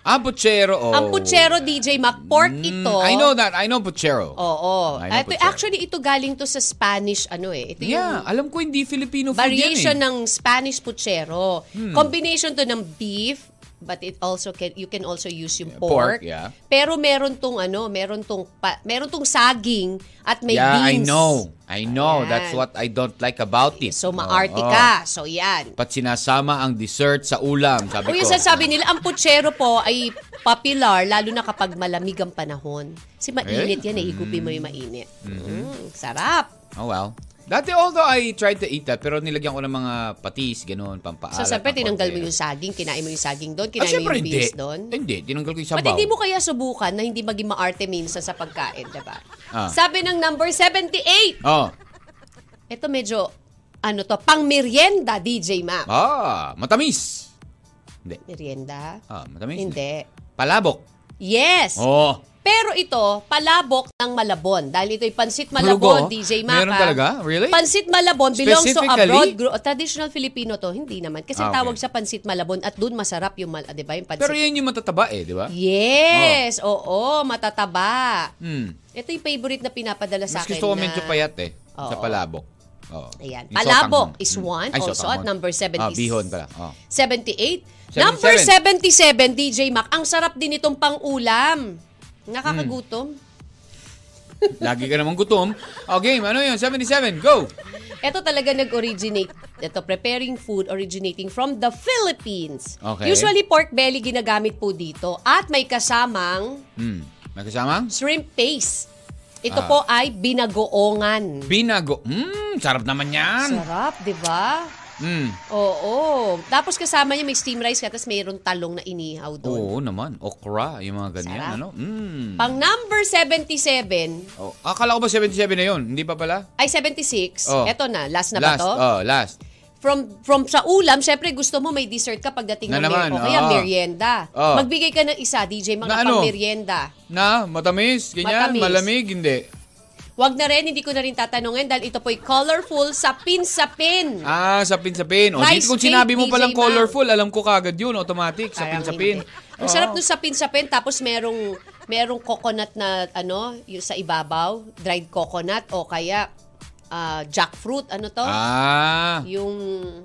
Ah, puchero. Oh.
Ang puchero, DJ Mac, pork
Mm,
ito.
I know that. I know puchero.
Oo.
I know
Ito,
puchero.
actually, ito galing to sa Spanish, ano eh. Ito yung
Yeah, alam ko hindi Filipino food
variation
yan eh.
ng Spanish puchero.
Hmm.
Combination to ng beef, but it also can you can also use yung pork.
pork, yeah.
Pero meron tong ano, meron tong pa, meron tong saging at may
yeah, I
beans.
know. I know.
Ayan.
That's what I don't like about it. Oh,
So maarte
Oo.
ka. So yan.
Pat sinasama ang dessert sa ulam, sabi
O
ko.
yung sasabi nila, ang putsero po ay popular lalo na kapag malamig ang panahon. Kasi mainit yan eh, higupin mo yung mainit.
Mm-hmm.
Mm, sarap.
Oh well. Dati although I tried to eat that, pero nilagyan ko ng mga patis, ganun, pampaalat.
So, siyempre,
ng
eh, tinanggal mo
konti.
yung saging, kinain mo yung saging doon,
Ah,
kinain mo
syempre,
yung
hindi.
beans doon.
Hindi, tinanggal ko yung sabaw.
Ba't hindi mo kaya subukan na hindi maging maarte minsan sa pagkain, diba?
Ah.
Sabi ng number 78,
Oh.
ito medyo, ano to, pang merienda, DJ Mac.
Ah, matamis.
Merienda?
Ah, matamis.
Hindi.
Palabok.
Yes!
Oh.
Pero ito, palabok ng Malabon. Dahil ito'y pansit Malabon,
Plugo?
DJ Maka.
Meron talaga? Really?
Pansit Malabon belongs to
Specifically?
abroad group. Traditional Filipino to, hindi naman. Kasi
Ah, okay.
tawag sa pansit Malabon at dun masarap yung, mal, ah, di ba, yung pansit.
Pero yun yung matataba eh, di ba?
Yes! Oo, matataba.
Hmm.
Ito yung favorite na pinapadala sa
Mas
akin.
gusto ko
na-
medyo payat eh.
Oo.
Sa palabok. Oh. Hmm.
Ayan. Palabok is one, also at number 76.
Ah, bihon pala. Oh.
78. Number 77, DJ Mac. Ang sarap din itong pang-ulam. Nakakagutom.
Lagi ka namang gutom. Oh, game. Ano yun? 77. Go!
Ito talaga nag-originate, ito, preparing food originating from the Philippines.
Okay.
Usually, pork belly ginagamit po dito at may kasamang
Hmm. May kasama?
shrimp paste.
Ah.
Ito po ay binagoongan.
Binago. Hmm. Sarap naman yan.
Sarap, di ba?
Hmm.
Oo. Tapos kasama niya may steam rice ka, tapos mayroon talong na inihaw doon.
Oo naman. Okra. Yung mga ganyan.
Sarap.
Ano? Hmm.
Pang number 77,
Oh, akala ko ba 77 na yun? Hindi pa pala?
ay 76,
Oh.
eto na, last na ba
last.
to?
Oh, last.
from from sa ulam, syempre gusto mo may dessert ka pagdating ng
Na naman,
mer- o kaya
oo.
merienda.
Oo.
Magbigay ka ng isa, DJ, mga
Na ano?
pang-merienda.
Na, matamis, ganyan,
Matamis.
malamig, hindi.
Huwag na rin, hindi ko na rin tatanungin dahil ito po'y colorful sapin sapin.
Ah, sapin-sapin. O,
Rice
dito kung sinabi mo
cake,
palang
DJ Ma'am.
colorful, alam ko kagad yun, automatic,
Parang
sapin-sapin.
hindi. Ang
Ah.
sarap nung sapin-sapin, tapos merong, merong coconut na, ano, yung sa ibabaw, dried coconut, o kaya ah, jackfruit, ano to?
Ah,
Yung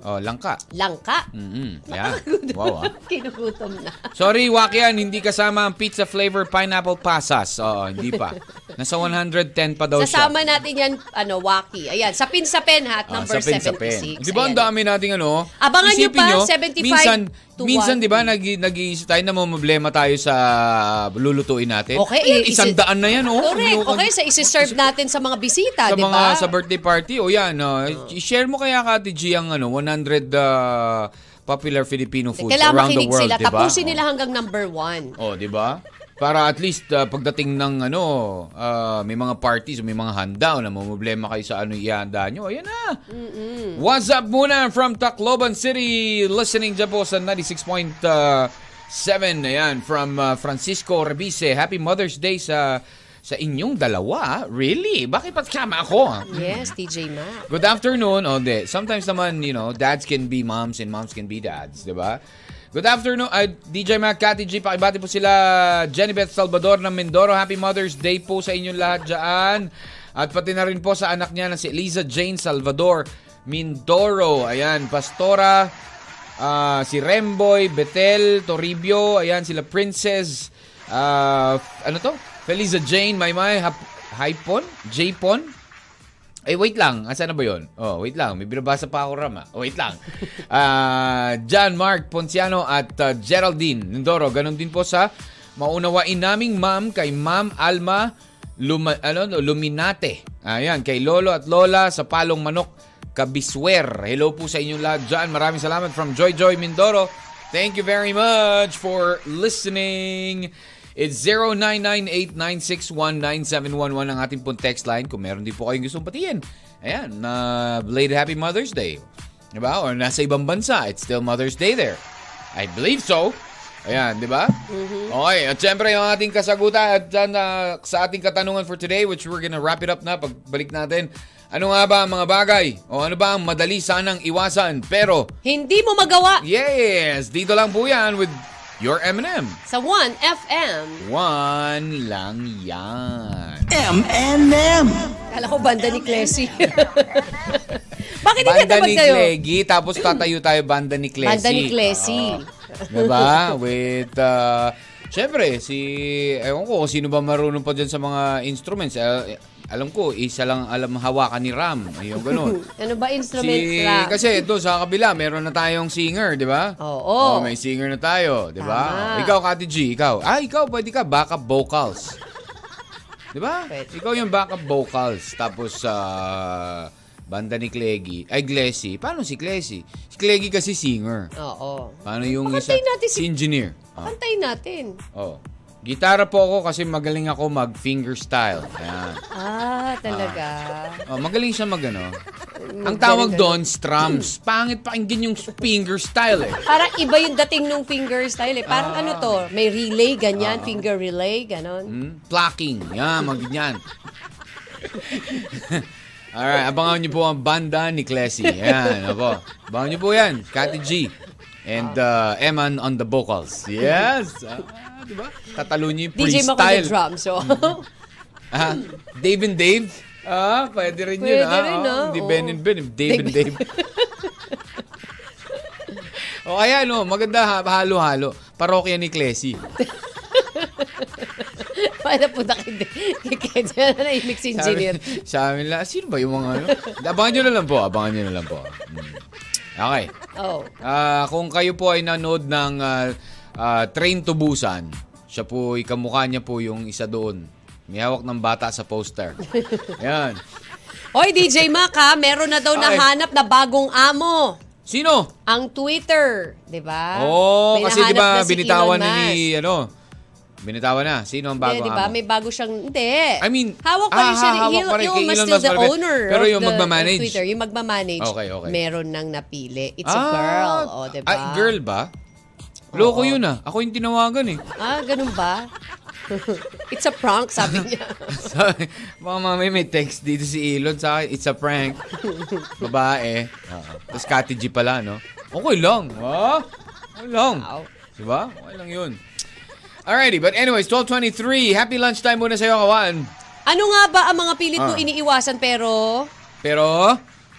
oh, langka.
langka.
Mm-mm. Yeah. wow, ah.
Kinugutom na.
Sorry, Wakian, hindi kasama ang pizza flavor pineapple pasas. Oo, hindi pa. Nasa 110 pa daw siya.
Sasama natin yan, ano, Waki. Ayan, sapin-sapin ha, at
Ah,
number 76.
sapin-sapin. Di ba ang
Ayan.
dami nating ano?
Abangan nyo
Isipin
pa,
nyo,
75
Minsan,
to
minsan
one.
di ba, nag, nag-iisip tayo na problema tayo sa ah, lulutuin natin.
Okay,
Ayan,
i-
isang
isi-
daan na yan. Oh,
Correct.
Ano ka-
Okay, sa isi-serve natin sa mga bisita,
sa
di
mga
ba?
sa birthday party. O yan, ah, i-share mo kaya Kati G ang ano, 100 ah, popular Filipino foods
Kailangan
around the
makinig
world,
sila.
di ba?
Tapusin
Oh.
nila hanggang number one.
Oh, 'di ba? Para at least ah, pagdating ng ano, ah, may mga parties, may mga handa o namumblema kayo sa ano ihanda nyo. Ayan na. What's up muna from Tacloban City listening dyan po sa 96.7 uh, ayan from ah, Francisco Rebice. Happy Mother's Day sa Sa inyong dalawa? ah. Really? Bakit patsama ako? ah?
Yes, TJ Mac.
Good afternoon. Oh, hindi. Sometimes naman, you know, dads can be moms and moms can be dads, di ba? Good afternoon, uh, DJ Mac, Cathy G. Pakibati po sila Jenibeth Salvador ng Mindoro. Happy Mother's Day po sa inyong lahat dyan. At pati na rin po sa anak niya na si Eliza Jane Salvador Mindoro. Ayan, Pastora, ah, si Remboy, Betel, Toribio, ayan, sila Princess, ah, ano to? Feliza Jane, Maymay, Hap- Hypon, Japon, eh, wait lang. Asan na ba yun? Oh, wait lang. May binabasa pa ako, Rama. Oh, wait lang. Ah, John Mark Ponciano at ah, Geraldine Nindoro. Ganon din po sa maunawain naming ma'am kay Ma'am Alma Luma, ano, no, Luminate. Ayan, kay Lolo at Lola sa Palong Manok, Kabiswer. Hello po sa inyong lahat dyan. Maraming salamat from Joy Joy Mindoro. Thank you very much for listening. It's 0998-961-9711 ang ating pong text line kung meron din po kayong gustong patiin. Ayan, na belated Happy Mother's Day. Diba? Or nasa ibang bansa, it's still Mother's Day there. I believe so. Ayan, di ba?
Mm-hmm.
Okay, at syempre yung ating kasagutan at dyan, ah, sa ating katanungan for today which we're gonna wrap it up na pagbalik natin. Ano nga ba ang mga bagay? O ano ba ang madali sanang iwasan pero
Hindi mo magawa
yes, dito lang po yan with your M&M.
sa 1FM.
One lang yan.
M&M.
Kala ko banda ni Clesi. Bakit hindi
Banda
tatapag
ni
kayo?
Cleggy, tapos tatayo tayo banda ni Clesi.
Banda ni Clesi.
Oo. diba? With, uh, syempre, si, ewan ko, sino ba marunong pa dyan sa mga instruments? Eh, alam ko, isa lang alam hawakan ni Ram. Ayun, ganun.
Ano ba instrument
Si,
lang?
kasi doon sa kabila, meron na tayong singer, di ba?
Oo.
Oh, may singer na tayo, di ba?
Tama.
Ikaw, Kati G, ikaw. Ah, ikaw, pwede ka, backup vocals. Di ba?
Pwede.
Ikaw yung backup vocals. Tapos, sa banda ni Cleggy. Ay, Glessy. Paano si Glessy? Si Cleggy kasi singer.
Oo.
Paano yung isa?
Pakantayin natin si-
engineer. Ah.
Pantayin natin.
Oh. Gitara po ako kasi magaling ako mag fingerstyle. Ayan.
Ah, talaga.
Oh, magaling siya magano. Ang tawag doon, strums. Pangit pakinggan yung finger style eh.
Parang iba yung dating nung finger style eh.
Ah.
Parang ano to, may relay, ganyan, finger relay, ganon.
Hmm? Plucking. Yan, mga ganyan. Alright, abangan niyo po ang banda ni Clessy. Yan, po. Abangan niyo po yan. Kati G. And uh, Eman on the vocals. Yes! Ah, diba? Tatalo niyo yung
DJ Mac on the
freestyle.
drum, so.
Ah, Dave and Dave? Ah, pwede rin
Pwede
yun. ah,
rin,
oh,
ah,
Hindi
oo.
Ben and Ben, Dave and Dave. o kaya no, maganda ha- halo-halo. Parokya ni Clessy.
Paano po nakinig? Kaya Ano na yung mix engineer.
sa amin lang, sino ba yung mga ano? Abangan nyo na lang po, abangan nyo na lang po. Mm. Okay.
Oh.
Ah, kung kayo po ay nanood ng ah, ah, Train to Busan, siya po, ikamukha niya po yung isa doon. May hawak ng bata sa poster. Yan.
Hoy, DJ Mac ha, meron na daw
Ay.
nahanap na bagong amo.
Sino?
Ang Twitter, di ba?
Oo, oh,
May
kasi di
nahanap
ba
na si
binitawan
Elon
na
Musk.
ni ano? Binitawan na. Sino ang
Hindi,
bago
di ba?
amo?
May bago siyang... Hindi.
I mean,
hawak pa rin
ah,
siya. ni-
hawak
Elon-
pa rin kay
Elon Musk
Elon
still
Musk
the
pa rin.
owner
Pero
of
yung
the-
magmamanage.
of Twitter, yung magmamanage,
Okay, okay.
meron nang napili. It's a
Ah,
girl. O, di ba?
Ay, girl ba? Loko yun ah. Ako yung tinawagan eh.
Ah, ganun ba? It's a prank, sabi niya.
Sabi, baka mamaya may text dito si Elon sa akin. It's a prank. Babae. Oo. Tapos Kati G pala, no? Okay lang. Ha? Okay lang.
Wow.
Diba? Okay lang yun. Alrighty, but anyways, 12.23. Happy lunchtime muna sa'yo, Kawan.
Ano nga ba ang mga pilit mo
Ah.
iniiwasan pero...
Pero,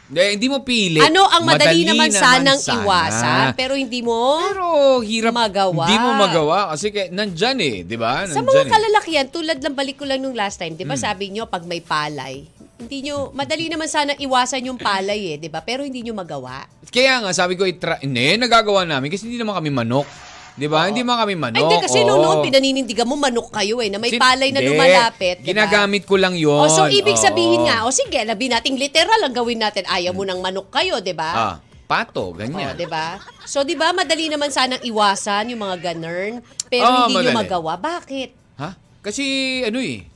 hindi, hindi mo pili.
Ano ang madali, naman sanang iwasan pero hindi mo...
Pero hirap.
magawa?
Hindi mo magawa kasi kaya, nandyan eh, di ba?
Sa mga
Nandyan eh. Hmm.
kalalakihan, tulad ng balik ko lang nung last time, di ba sabi nyo, pag may palay, hindi nyo, madali naman sana iwasan yung palay eh, di ba? Pero hindi nyo magawa.
Kaya nga, sabi ko, itra- hindi, nagagawa namin kasi hindi naman kami manok. Di ba? Hindi naman kami manok.
Ay, hindi kasi
oo.
nung noon, pinaninindigan mo, manok kayo eh, na may
Sin-
palay na
Hindi.
lumalapit. di ba?
Ginagamit ko lang
O,
yun.
so ibig
Oo. Hmm.
sabihin nga, o sige, labi nating literal ang gawin natin. Ayaw mo ng manok kayo, di ba?
Ah, pato,
Oh,
ganyan.
'di ba? So 'di ba madali naman sanang iwasan yung mga ganern, pero
Oo,
hindi nyo
Oh, madali.
magawa. Bakit?
Ha? Kasi, ano eh.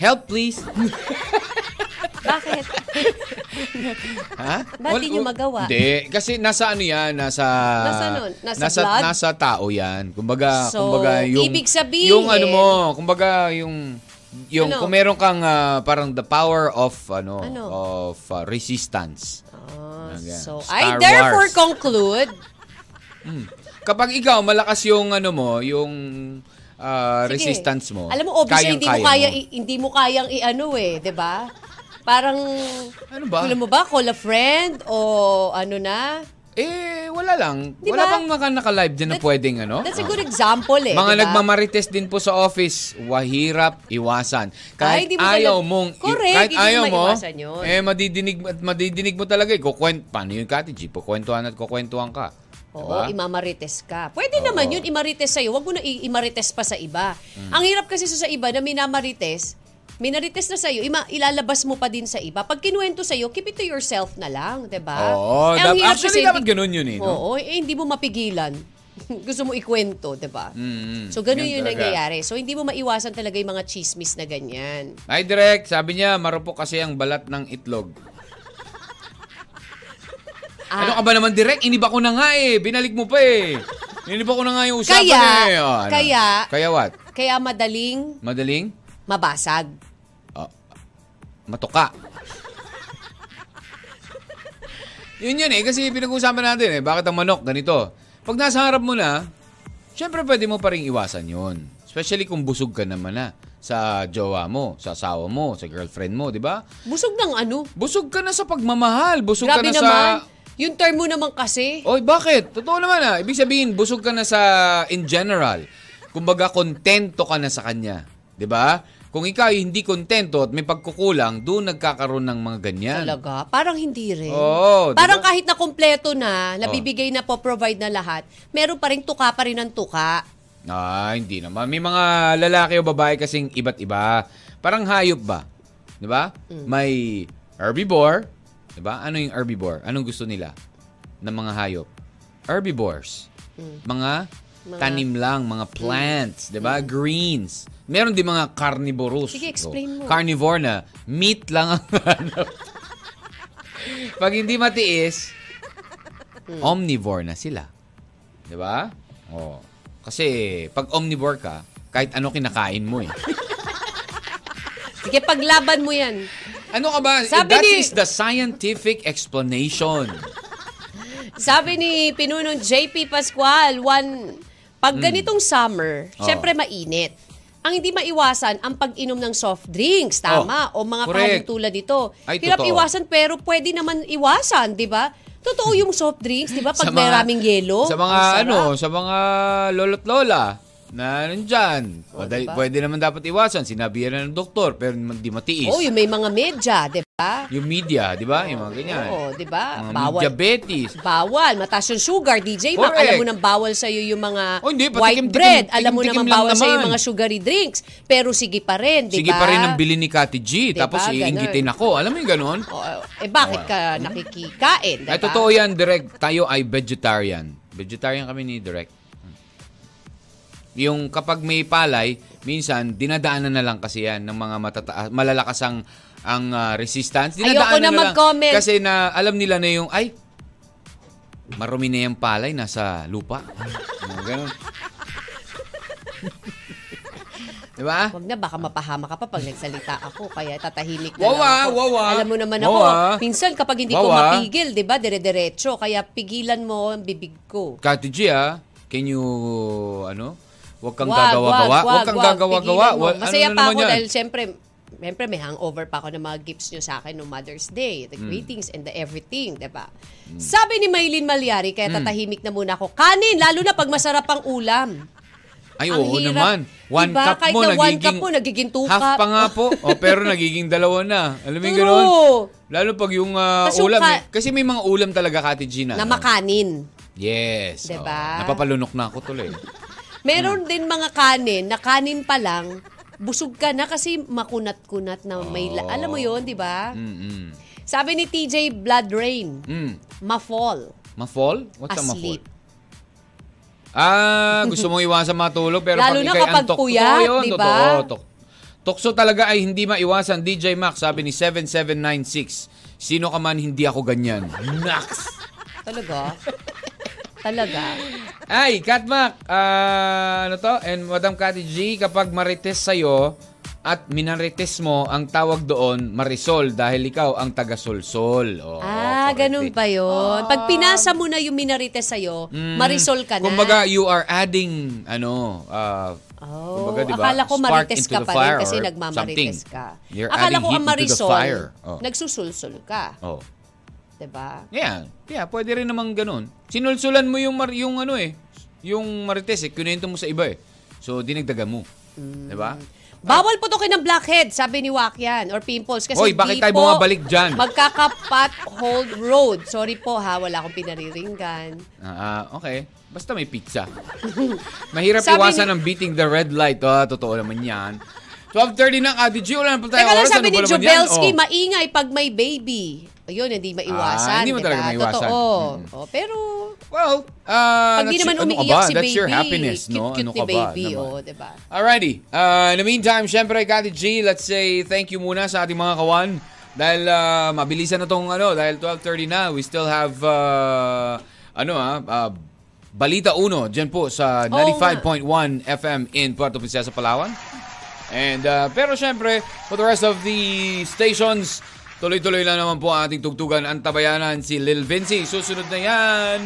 Help, please.
Bakit?
Ha?
Ba't di nyo magawa?
Hindi. Kasi nasa ano yan, nasa...
Nasa nun? Nasa
nasa,
blood?
nasa tao yan. Kumbaga,
So,
kumbaga yung...
ibig sabihin-
Yung ano mo, kumbaga yung... Yung
Ano?
kung meron kang ah, parang the power of ano,
Ano?
of ah, resistance.
Ah,
Ayan.
so,
Star
I therefore
Wars.
conclude,
Kapag ikaw malakas yung ano mo, yung ah,
Sige.
resistance mo.
Alam mo, obviously, hindi mo kaya,
kayang-kaya
i- hindi mo kayang i-ano eh, di ba? Parang,
Ano ba?
Alam mo ba, call a friend o ano na?
Eh, wala lang.
Di
Wala
ba?
bang mga naka-live dyan na
That-
pwedeng ano?
That's a good example eh.
Mga
di ba?
nagmamarites din po sa office, wahirap iwasan. Kahit
hindi mo
ayaw
talaga-
mong, i-
Correct,
kahit
hindi mo
ayaw mo,
maiwasan yun.
eh madidinig, at madidinig mo talaga. Eh, kukwent, paano yung Kati G? Pukwentuhan at kukwentuhan ka.
Oo,
Diba?
imamarites ka. Pwede naman yun, imarites sa'yo. Huwag mo na i- imarites pa sa iba.
Hmm.
Ang hirap kasi sa iba na minamarites, minarites na sa'yo, ima- ilalabas mo pa din sa iba. Pag kinuwento sa'yo, keep it to yourself na lang, di ba?
Oo,
Eh,
dap-
ang hirap
actually,
kasi
dapat
hindi-
ganun yun eh, no?
Oo, eh, hindi mo mapigilan. Gusto mo ikwento, di ba?
Mm, mm.
So, ganun
Ganun
yun
talaga.
nangyayari. So, hindi mo maiwasan talaga yung mga chismis na ganyan.
Ay, direct, sabi niya, marupok kasi ang balat ng itlog.
Ah.
Ano ka ba naman, direct? Iniba ko na nga eh. Binalik mo pa eh. Iniba ko na nga yung usapan
Kaya-
eh. Oh, ano?
kaya-
Kaya what?
Kaya madaling
Madaling?
mabasag.
matuka. yun yun eh, kasi pinag-uusapan natin eh, bakit ang manok ganito? Pag nasa harap mo na, syempre pwede mo pa rin iwasan yun. Especially kung busog ka naman na sa jowa mo, sa asawa mo, sa girlfriend mo, di ba?
Busog ng ano?
Busog ka na sa pagmamahal, busog
Grabe
ka na
naman.
sa...
Yung term mo naman kasi.
Oy, bakit? Totoo naman ah. Ibig sabihin, busog ka na sa in general. Kumbaga, kontento ka na sa kanya. 'Di ba? Kung ikaw ay hindi kontento at may pagkukulang, doon nagkakaroon ng mga ganyan.
Talaga? Parang hindi rin.
Oo, di
Parang
ba? Oh.
kahit na kompleto na, nabibigay na po, provide na lahat, meron pa rin tuka pa rin ng tuka.
Ah, hindi naman. May mga lalaki o babae kasing iba't iba. Parang hayop ba? 'Di ba?
Mm.
May herbivore, 'di ba? Ano yung herbivore? Anong gusto nila ng mga hayop? Herbivores.
Mm.
Mga, tanim lang, mga plants, 'di ba? Greens. Meron din mga carnivorous.
Mm. Sige, explain mo.
Carnivore na meat lang ang hanap. Pag hindi matiis,
Mm.
omnivore na sila. 'Di ba? Oh. Kasi pag omnivore ka, kahit ano kinakain mo eh.
Sige, paglaban mo yan.
Ano ka ba?
Sabi
That
ni-
is the scientific explanation.
Sabi ni Pinunong JP Pascual, one,
Hmm.
pag ganitong summer,
Oo.
syempre mainit. Ang hindi maiwasan ang pag-inom ng soft drinks, tama? o
Oh,
mga
correct.
kanin tulad ito.
Ay,
Hirap
totoo.
iwasan pero pwede naman iwasan, di ba? Totoo yung soft drinks, di ba? Pag may maraming yelo.
Sa mga
ang sarap.
ano, sa mga lolo't lola na nandyan. Madali-
diba?
Pwede naman dapat iwasan. Sinabi yan ng doktor, pero hindi matiis.
Oh, yung may mga medya, di ba?
Yung media, di ba? Yung mga ganyan.
Oo, Oh, di ba?
Mga
Bawal.
diabetes.
Bawal. Mataas yung sugar, DJ Mac.
Correct.
Alam mo nang bawal sa'yo yung mga
Oh, hindi. Patikim,
white
tikim,
bread.
tikim,
Alam mo
tikim
naman
lang
bawal sa'yo yung
naman.
mga sugary drinks. Pero sige pa rin, di ba?
Sige pa rin ang bili ni Kati G.
Diba?
Tapos
Ganun.
iingitin ako. Alam mo yung ganun?
Oo. eh, bakit ka nakikikain, di ba?
Ay, totoo yan, Direk. Tayo ay vegetarian. Vegetarian kami ni Direk. Yung kapag may palay, minsan dinadaanan na lang kasi yan ng mga matataas, malalakas ang ang ah, resistance.
Ayoko
Dinadaanan
na
lang.
mag-comment.
Kasi na alam nila na yung ay marumi na yung palay nasa lupa. Ano, Mga ganun. 'Di ba?
Wag na, baka mapahama ka pa pag nagsalita ako. Kaya tatahimik na
Wawa,
lang ako.
wawa.
Alam mo naman
Wawa.
ako, minsan kapag hindi ko
Wawa.
mapigil, di ba, dire-diretso. Kaya pigilan mo ang bibig ko.
Kati G, ah, can you, ano, huwag kang
Wag,
gagawa-gawa.
wag,
Huwag kang
wag,
gagawa-gawa.
pigilan mo.
Wal-
Masaya
ano na
pa
naman
ako
yan?
dahil siyempre, siyempre may hangover pa ako ng mga gifts nyo sa akin no Mother's Day.
Hmm.
The greetings and the everything, di ba? Sabi ni Maylin Malyari, kaya
Hmm.
tatahimik na muna ako. Kanin, lalo na pag masarap ang ulam.
Ay,
Ang
oo
hirap.
naman. One
Diba?
cup
Kahit
mo,
na one
nagiging...
cup mo, nagiging two
half
cup.
pa nga po. O, pero nagiging dalawa na. Alam mo yung
True.
ganun? Lalo pag yung ah,
Tas yung
ulam.
ka-
eh. Kasi may mga ulam talaga, Kati G, na.
Na
ano.
makanin.
Yes. oo.
Diba?
Napapalunok na ako tuloy.
Meron
Hmm.
din mga kanin, na kanin pa lang, busog ka na kasi makunat-kunat na may... la- Alam mo yon di ba?
Oh. Mm-mm.
Sabi ni TJ Blood Rain,
Mm.
ma-fall,
Ma-fall? What's a ma-fall?
asleep.
Ah, gusto mong iwasan matulog pero
Lalo
pag
na
ikay
kapag
antok,
puyat, diba?
totoo yun,
di ba?
Totoo, to- Tukso talaga ay hindi maiwasan, DJ Max, sabi ni 7796. Sino ka man, hindi ako ganyan. Max!
Talaga? Talaga?
Ay, Katmak, ah, ano to? And Madam Kati G, kapag marites sa'yo at minarites mo, ang tawag doon, marisol, dahil ikaw ang taga-solsol. Oo,
ah,
Ah. correct.
ganun ba yun? Pag pinasa mo na yung minarite sa'yo, marisol ka na.
Mm. Kumbaga, you are adding, ano, uh,
Oh,
kumbaga, diba?
akala ko
spark
marites
into
ka
the
pa
fire
rin kasi
or
nagmamarites
something.
ka.
You're
akala
adding
ko
heat
ang
into the
marisol,
fire. Oh.
nagsusulsul ka. diba?
oh.
'di ba?
Yeah, yeah, pwede rin namang ganun. Sinulsulan mo yung, mar- yung ano eh, yung marites eh, kunento mo sa iba eh. So, dinagdagan mo.
Mm.
Diba?
Bawal putukin ng blackhead, sabi ni Wakyan, or pimples. Kasi
Hoy, bakit
di
tayo
po
bumabalik dyan?
Magkakapat hold road. Sorry po ha, wala akong pinariringgan.
Ah, ah, okay. Basta may pizza. Mahirap
Sabi
iwasan
ni-
ang beating the red light. Ah, totoo naman yan. 12.30 na, Adi G, wala na pa tayo
Teka lang,
oras.
sabi
Ano
ni
ba naman yan?
Jubelski,
Oh.
maingay pag may baby. Ayun, hindi maiwasan.
Ah, hindi mo
diba?
talaga maiwasan.
Totoo.
Mm.
Oh, pero,
Well, ah,
pag di
that's-
naman
ano ka
umiiyak
ba?
si
That's
baby,
your happiness, no?
cute-cute ni
Ano ka ba
baby.
naman?
Oh, diba?
Alrighty. Uh, in the meantime, syempre, Kati G, let's say thank you muna sa ating mga kawan. Dahil ah, mabilisan na tong ano, dahil 12.30 na, we still have, ah, ano ah, ah, Balita Uno, dyan po sa
Oo
95.1 FM in Puerto Princesa, Palawan. And, ah, pero syempre, for the rest of the stations, tuloy-tuloy lang naman po ang ating tugtugan. Ang tabayanan si Lil Vinci. Susunod na yan.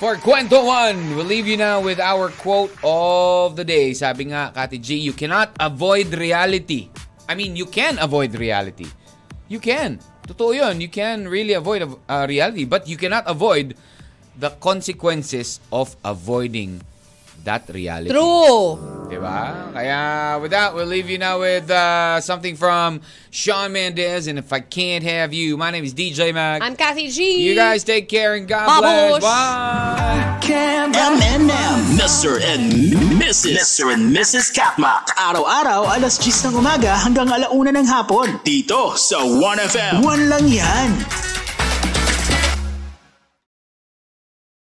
For Kwento One, we'll leave you now with our quote of the day. Sabi nga, Kati G, you cannot avoid reality. I mean, you can avoid reality. You can. Totoo yun. You can really avoid uh, reality. But you cannot avoid the consequences of avoiding that reality.
True.
Diba? Kaya with that, we'll leave you now with uh, something from Sean Mendez and If I Can't Have You. My name is DJ Mac.
I'm Kathy G.
you guys take care and God
Babos.
bless. Bye!
M&M. Mr. and Mrs. Mr. and Mrs. Katma.
Araw-araw, alas 10 ng umaga hanggang alauna ng hapon.
Dito sa 1FM.
One lang yan.